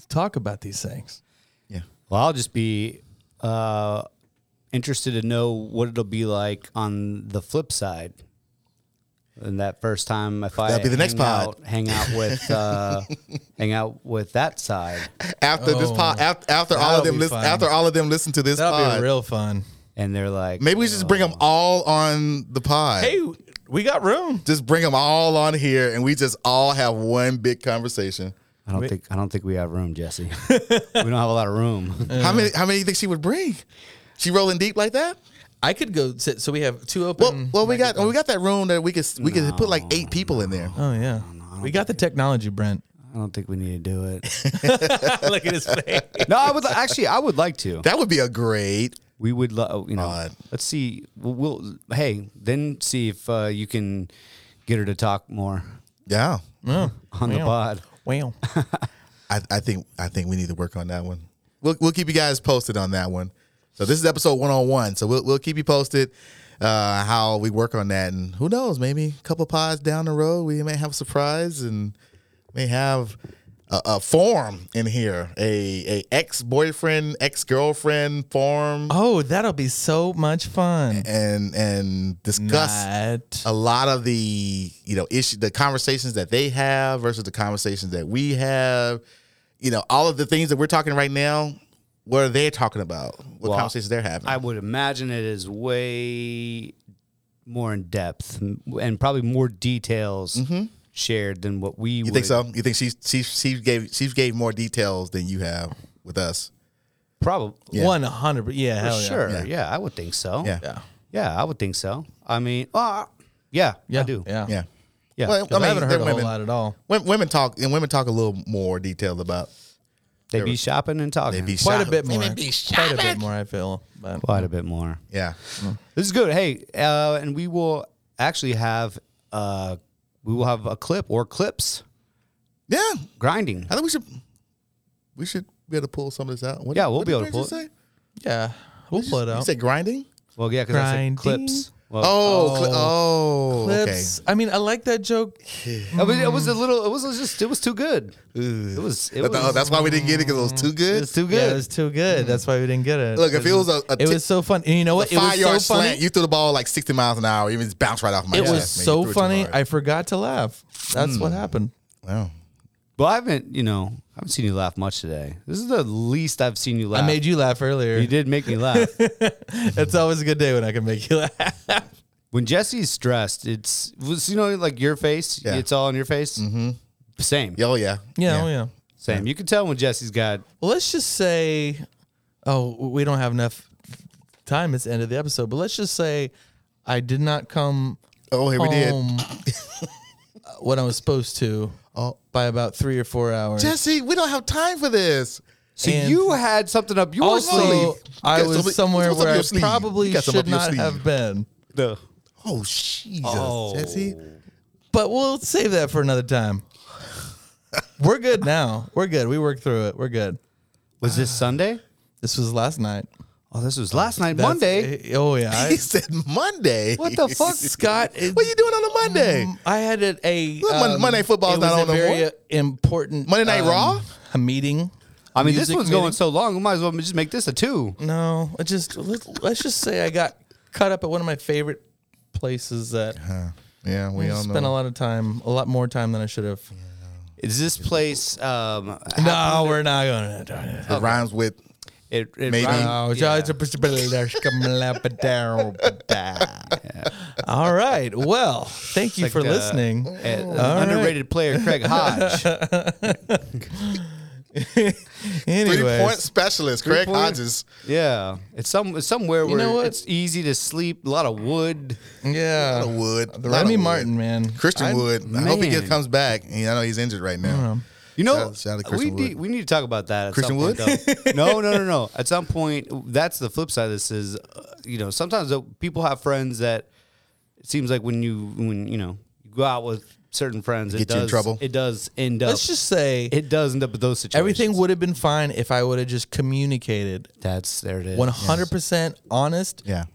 Speaker 3: talk about these things.
Speaker 1: Yeah.
Speaker 2: well, I'll just be uh, interested to know what it'll be like on the flip side. And that first time, if I
Speaker 1: That'll be the next
Speaker 2: hang
Speaker 1: pod.
Speaker 2: out, hang out with uh, hang out with that side,
Speaker 1: After this
Speaker 3: Oh.
Speaker 1: pod, after, after all of
Speaker 3: That'll
Speaker 1: them,
Speaker 3: be
Speaker 1: listen,
Speaker 3: fun.
Speaker 1: after all of them listen to this
Speaker 3: That'll
Speaker 1: pod,
Speaker 3: be real fun.
Speaker 2: and they're like,
Speaker 1: maybe we should just bring them all on the pod.
Speaker 3: Hey, we got room.
Speaker 1: just bring them all on here and we just all have one big conversation.
Speaker 2: I don't think I don't think we have room, Jesse. we don't have a lot of room.
Speaker 1: How many how many you think she would bring? She rolling deep like that?
Speaker 3: I could go sit. So we have two
Speaker 1: Well,
Speaker 3: open.
Speaker 1: well we got we got that room that we could we could put like eight people in there.
Speaker 3: oh yeah, we got the technology, Brent.
Speaker 2: I don't think we need to do it.
Speaker 3: Look at his face.
Speaker 2: No, I would li- actually. I would like to.
Speaker 1: That would be a great
Speaker 2: We would love, you know.
Speaker 1: Odd.
Speaker 2: Let's see. We'll, we'll hey, then see if uh, you can get her to talk more
Speaker 1: yeah.
Speaker 2: on the
Speaker 3: Yeah.
Speaker 2: pod.
Speaker 3: Wow.
Speaker 1: I, I think I think we need to work on that one. We'll we'll keep you guys posted on that one. So this is episode one on one. So we'll we'll keep you posted uh, how we work on that, and who knows, maybe a couple pods down the road, we may have a surprise and may have a, a form in here, a a ex boyfriend, ex girlfriend form,
Speaker 3: Oh, that'll be so much fun.
Speaker 1: and and discuss
Speaker 3: Not-
Speaker 1: a lot of the you know issue the conversations that they have versus the conversations that we have you know all of the things that we're talking right now what are they talking about what
Speaker 2: Well,
Speaker 1: conversations they're having
Speaker 2: I would imagine it is way more in depth and probably more details shared than what we.
Speaker 1: Mm-hmm. you think so you think she she she gave she gave more details than you have with us
Speaker 2: Probably.
Speaker 1: Oh,
Speaker 3: One hundred. Yeah, hell yeah.
Speaker 2: sure. Yeah. I would think so.
Speaker 1: Yeah.
Speaker 3: Yeah.
Speaker 2: Yeah, I would think so. I mean, uh, yeah,
Speaker 3: Yeah.
Speaker 2: I do.
Speaker 3: Yeah.
Speaker 1: yeah
Speaker 2: Yeah.
Speaker 1: well, I,
Speaker 3: I,
Speaker 1: mean,
Speaker 3: haven't heard a
Speaker 1: they're
Speaker 3: whole
Speaker 1: women,
Speaker 3: lot at all.
Speaker 1: Wom- women talk and women talk a little more detailed about
Speaker 2: They be shopping and talking.
Speaker 1: they be
Speaker 3: Quite
Speaker 1: shop-
Speaker 3: a bit more. Quite a bit more. I feel. But
Speaker 2: quite a bit more.
Speaker 1: yeah
Speaker 2: This is good. Hey, uh, and we will actually have uh, we will have a clip or clips
Speaker 1: yeah
Speaker 2: grinding.
Speaker 1: I think we should we should be able to pull some of this out What-
Speaker 2: Yeah, we'll
Speaker 1: what
Speaker 2: be
Speaker 1: did
Speaker 2: able to
Speaker 1: Briggs
Speaker 2: pull
Speaker 1: just say?
Speaker 3: yeah, we'll pull it
Speaker 1: you
Speaker 3: out.
Speaker 1: said grinding
Speaker 2: Well, yeah, because I said
Speaker 3: Grinding.
Speaker 2: clips. Well,
Speaker 1: oh cli- oh okay
Speaker 3: Clips. I mean, I like that joke.
Speaker 2: it, was, it was a little. It was just. It was too good. It was. It
Speaker 1: But the- oh,
Speaker 2: was,
Speaker 1: that's why we didn't get it because it was too
Speaker 2: it
Speaker 1: good. Mm-hmm.
Speaker 2: was too
Speaker 3: Yeah, it
Speaker 2: good.
Speaker 3: was too good. That's why we didn't get it.
Speaker 1: Look, if it was a, a
Speaker 3: it was so fun. And you know what? It
Speaker 1: five
Speaker 3: was so
Speaker 1: yard slant,
Speaker 3: funny.
Speaker 1: you threw the ball like sixty miles an hour. Even just bounced right off my.
Speaker 3: It
Speaker 1: chest,
Speaker 3: was
Speaker 1: man. You
Speaker 3: so
Speaker 1: threw it too
Speaker 3: funny.
Speaker 1: hard. Mm.
Speaker 3: I forgot to laugh. That's what happened.
Speaker 1: Wow.
Speaker 2: well, I haven't. You know, I haven't seen you laugh much today. This is the least I've seen you laugh.
Speaker 3: I made you laugh earlier.
Speaker 2: you did make me laugh.
Speaker 3: It's always a good day when I can make you laugh.
Speaker 2: when Jesse's stressed, it's was- you know like your face.
Speaker 1: Yeah.
Speaker 2: It's all on your face. Mm-hmm. Same.
Speaker 1: Yeah, Oh yeah.
Speaker 3: Yeah, oh, yeah.
Speaker 2: Same. You can tell when Jesse's got
Speaker 3: Well, let's just say, oh, we don't have enough time. It's the end of the episode, but let's just say I did not come
Speaker 1: Oh, here we did.
Speaker 3: home when I was supposed to
Speaker 1: Oh.
Speaker 3: by about three or four hours.
Speaker 1: Jesse, we don't have time for this.
Speaker 2: So
Speaker 3: And-
Speaker 2: you had something up your
Speaker 3: also,
Speaker 2: sleeve.
Speaker 3: I
Speaker 1: You got
Speaker 3: was
Speaker 1: some-
Speaker 3: somewhere
Speaker 1: what's up
Speaker 3: where
Speaker 1: your
Speaker 3: I
Speaker 1: sleeve? You
Speaker 3: probably
Speaker 1: got some up
Speaker 3: should
Speaker 1: your
Speaker 3: not
Speaker 1: sleeve.
Speaker 3: have been.
Speaker 1: Oh Jesus,
Speaker 3: Oh.
Speaker 1: Jesse.
Speaker 3: But we'll save that for another time. We're good now. We're good. We worked through it. We're good.
Speaker 2: Was this Sunday?
Speaker 3: This was last night.
Speaker 2: Oh, this was last night,
Speaker 3: That's-
Speaker 2: Monday.
Speaker 3: eh, Oh yeah.
Speaker 1: He
Speaker 3: I,
Speaker 1: said Monday.
Speaker 2: What the fuck?
Speaker 3: Scott. it-
Speaker 1: What are you doing on a Monday?
Speaker 3: um, I had it a um,
Speaker 1: Look, Mon- Monday football's
Speaker 3: it
Speaker 1: not
Speaker 3: was
Speaker 1: on
Speaker 3: a
Speaker 1: no
Speaker 3: very
Speaker 1: more.
Speaker 3: uh, important
Speaker 1: Monday Night
Speaker 3: um,
Speaker 1: Raw?
Speaker 3: A meeting.
Speaker 2: I mean, this
Speaker 3: Music
Speaker 2: one's going so long. We might as well just make this a two.
Speaker 3: No, I just let, let's just say I got caught up at one of my favorite places that
Speaker 1: Yeah, we
Speaker 3: I
Speaker 1: all
Speaker 3: spent a
Speaker 1: know.
Speaker 3: lot of time, a lot more time than I should have.
Speaker 2: Is this place? Um,
Speaker 3: No, we're not going to.
Speaker 1: It rhymes with
Speaker 2: It, it
Speaker 1: Maybe.
Speaker 2: rhymed-
Speaker 3: Oh,
Speaker 2: yeah.
Speaker 3: All right. Well, thank you
Speaker 2: Like
Speaker 3: for
Speaker 2: the-
Speaker 3: listening.
Speaker 2: Uh,
Speaker 3: All
Speaker 2: underrated player Craig Hodge.
Speaker 1: Three
Speaker 3: Anyway,
Speaker 1: point specialist, Craig
Speaker 2: Three-point-
Speaker 1: Hodges.
Speaker 2: yeah, it's some it's somewhere where
Speaker 3: know what?
Speaker 2: it's easy to sleep. A lot of wood.
Speaker 3: yeah,
Speaker 1: Lot of Wood.
Speaker 3: The
Speaker 1: Lot of
Speaker 3: Uh, Remy
Speaker 1: Wood.
Speaker 3: Martin man,
Speaker 1: Christian
Speaker 3: I'm-
Speaker 1: Wood. I hope he
Speaker 2: man.
Speaker 1: gets, comes back. I know he's injured right
Speaker 3: Uh-huh.
Speaker 1: now.
Speaker 2: You know,
Speaker 1: Shout out- shout out to
Speaker 2: we,
Speaker 1: Christian
Speaker 2: need,
Speaker 1: Wood.
Speaker 2: we need to talk about that. At
Speaker 1: Christian
Speaker 2: some point, though. no, no, no, no. At some point, that's the flip side. of This is, uh, you know, sometimes uh, people have friends that it seems like when you when you know you go out with certain friends, it
Speaker 1: Get
Speaker 2: does
Speaker 1: you in trouble.
Speaker 2: It does end up.
Speaker 3: Let's just say
Speaker 2: it does end up with those situations.
Speaker 3: everything would have been fine if I would have just communicated.
Speaker 2: That's there it is.
Speaker 3: One hundred percent honest.
Speaker 1: Yeah.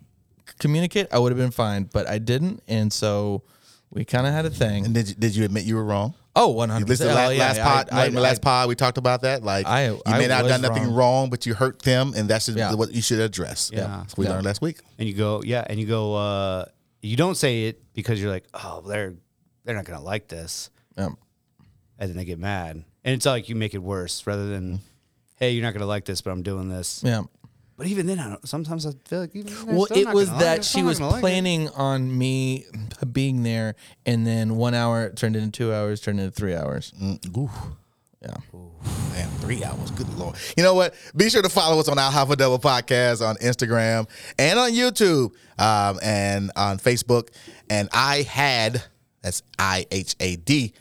Speaker 3: Communicate. I would have been fine, but I didn't, and so we kind of had a thing.
Speaker 1: And did you, did you admit you were wrong?
Speaker 3: Oh, one hundred
Speaker 1: Listen,
Speaker 3: percent.
Speaker 1: last, last pod, like, last pod, we talked about that. Like,
Speaker 3: I-
Speaker 1: you
Speaker 3: I
Speaker 1: may not have
Speaker 3: was
Speaker 1: done nothing
Speaker 3: wrong.
Speaker 1: wrong. but you hurt them, and that's just
Speaker 3: Yeah.
Speaker 1: what you should address.
Speaker 2: Yeah.
Speaker 1: That's what we
Speaker 3: Yeah.
Speaker 1: learned last week.
Speaker 2: and you go, yeah, and you go, uh, you don't say it because you're like, oh, they're they're not gonna like this,
Speaker 3: Um,
Speaker 2: and then they get mad, and it's like you make it worse rather than, hey, you're not gonna like this, but I'm doing this.
Speaker 3: yeah.
Speaker 2: But even then, I don't, sometimes I feel like even
Speaker 3: Well, it was that she was planning on me being there, and then one hour turned into two hours, turned into three hours.
Speaker 1: Ooh.
Speaker 3: Yeah.
Speaker 1: Man, three hours. Good lord. You know what? Be sure to follow us on our Half a Double Podcast on Instagram and on YouTube um, and on Facebook. And I had that's I H A D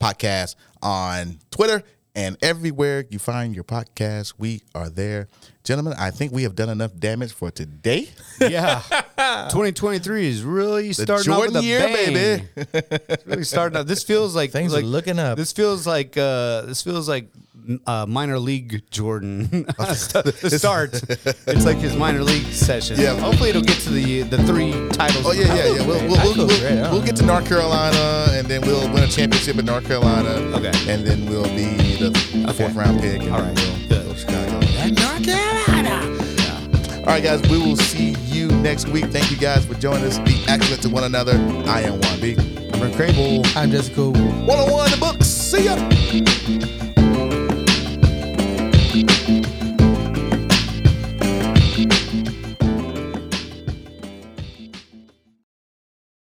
Speaker 1: podcast on Twitter and everywhere you find your podcast, we are there. Gentlemen, I think we have done enough damage for today.
Speaker 2: Yeah, 2023 is really starting
Speaker 1: Jordan
Speaker 2: off with a
Speaker 1: year,
Speaker 2: bang.
Speaker 1: baby.
Speaker 2: It's really starting up. This feels like
Speaker 3: Things are
Speaker 2: like-
Speaker 3: looking up.
Speaker 2: This feels like uh, this feels like m- uh, minor league Jordan. the start. it's like his minor league session.
Speaker 1: Yeah.
Speaker 2: Hopefully, it'll get to the the three titles.
Speaker 1: Oh yeah, yeah, yeah. We'll,
Speaker 3: I
Speaker 1: we'll,
Speaker 3: feel
Speaker 1: we'll,
Speaker 3: great. I
Speaker 1: we'll, we'll
Speaker 3: don't
Speaker 1: get to North Carolina, and then we'll win a championship in North Carolina.
Speaker 2: Okay.
Speaker 1: And then we'll be the fourth round pick. and
Speaker 2: All right.
Speaker 1: then We'll,
Speaker 2: Good.
Speaker 1: go Chicago. And North Carolina. All right, guys. We will see you next week. Thank you guys for joining us. Be excellent to one another. I am one B.
Speaker 2: Crable.
Speaker 3: I'm Jessica.
Speaker 1: One on one the books. See ya.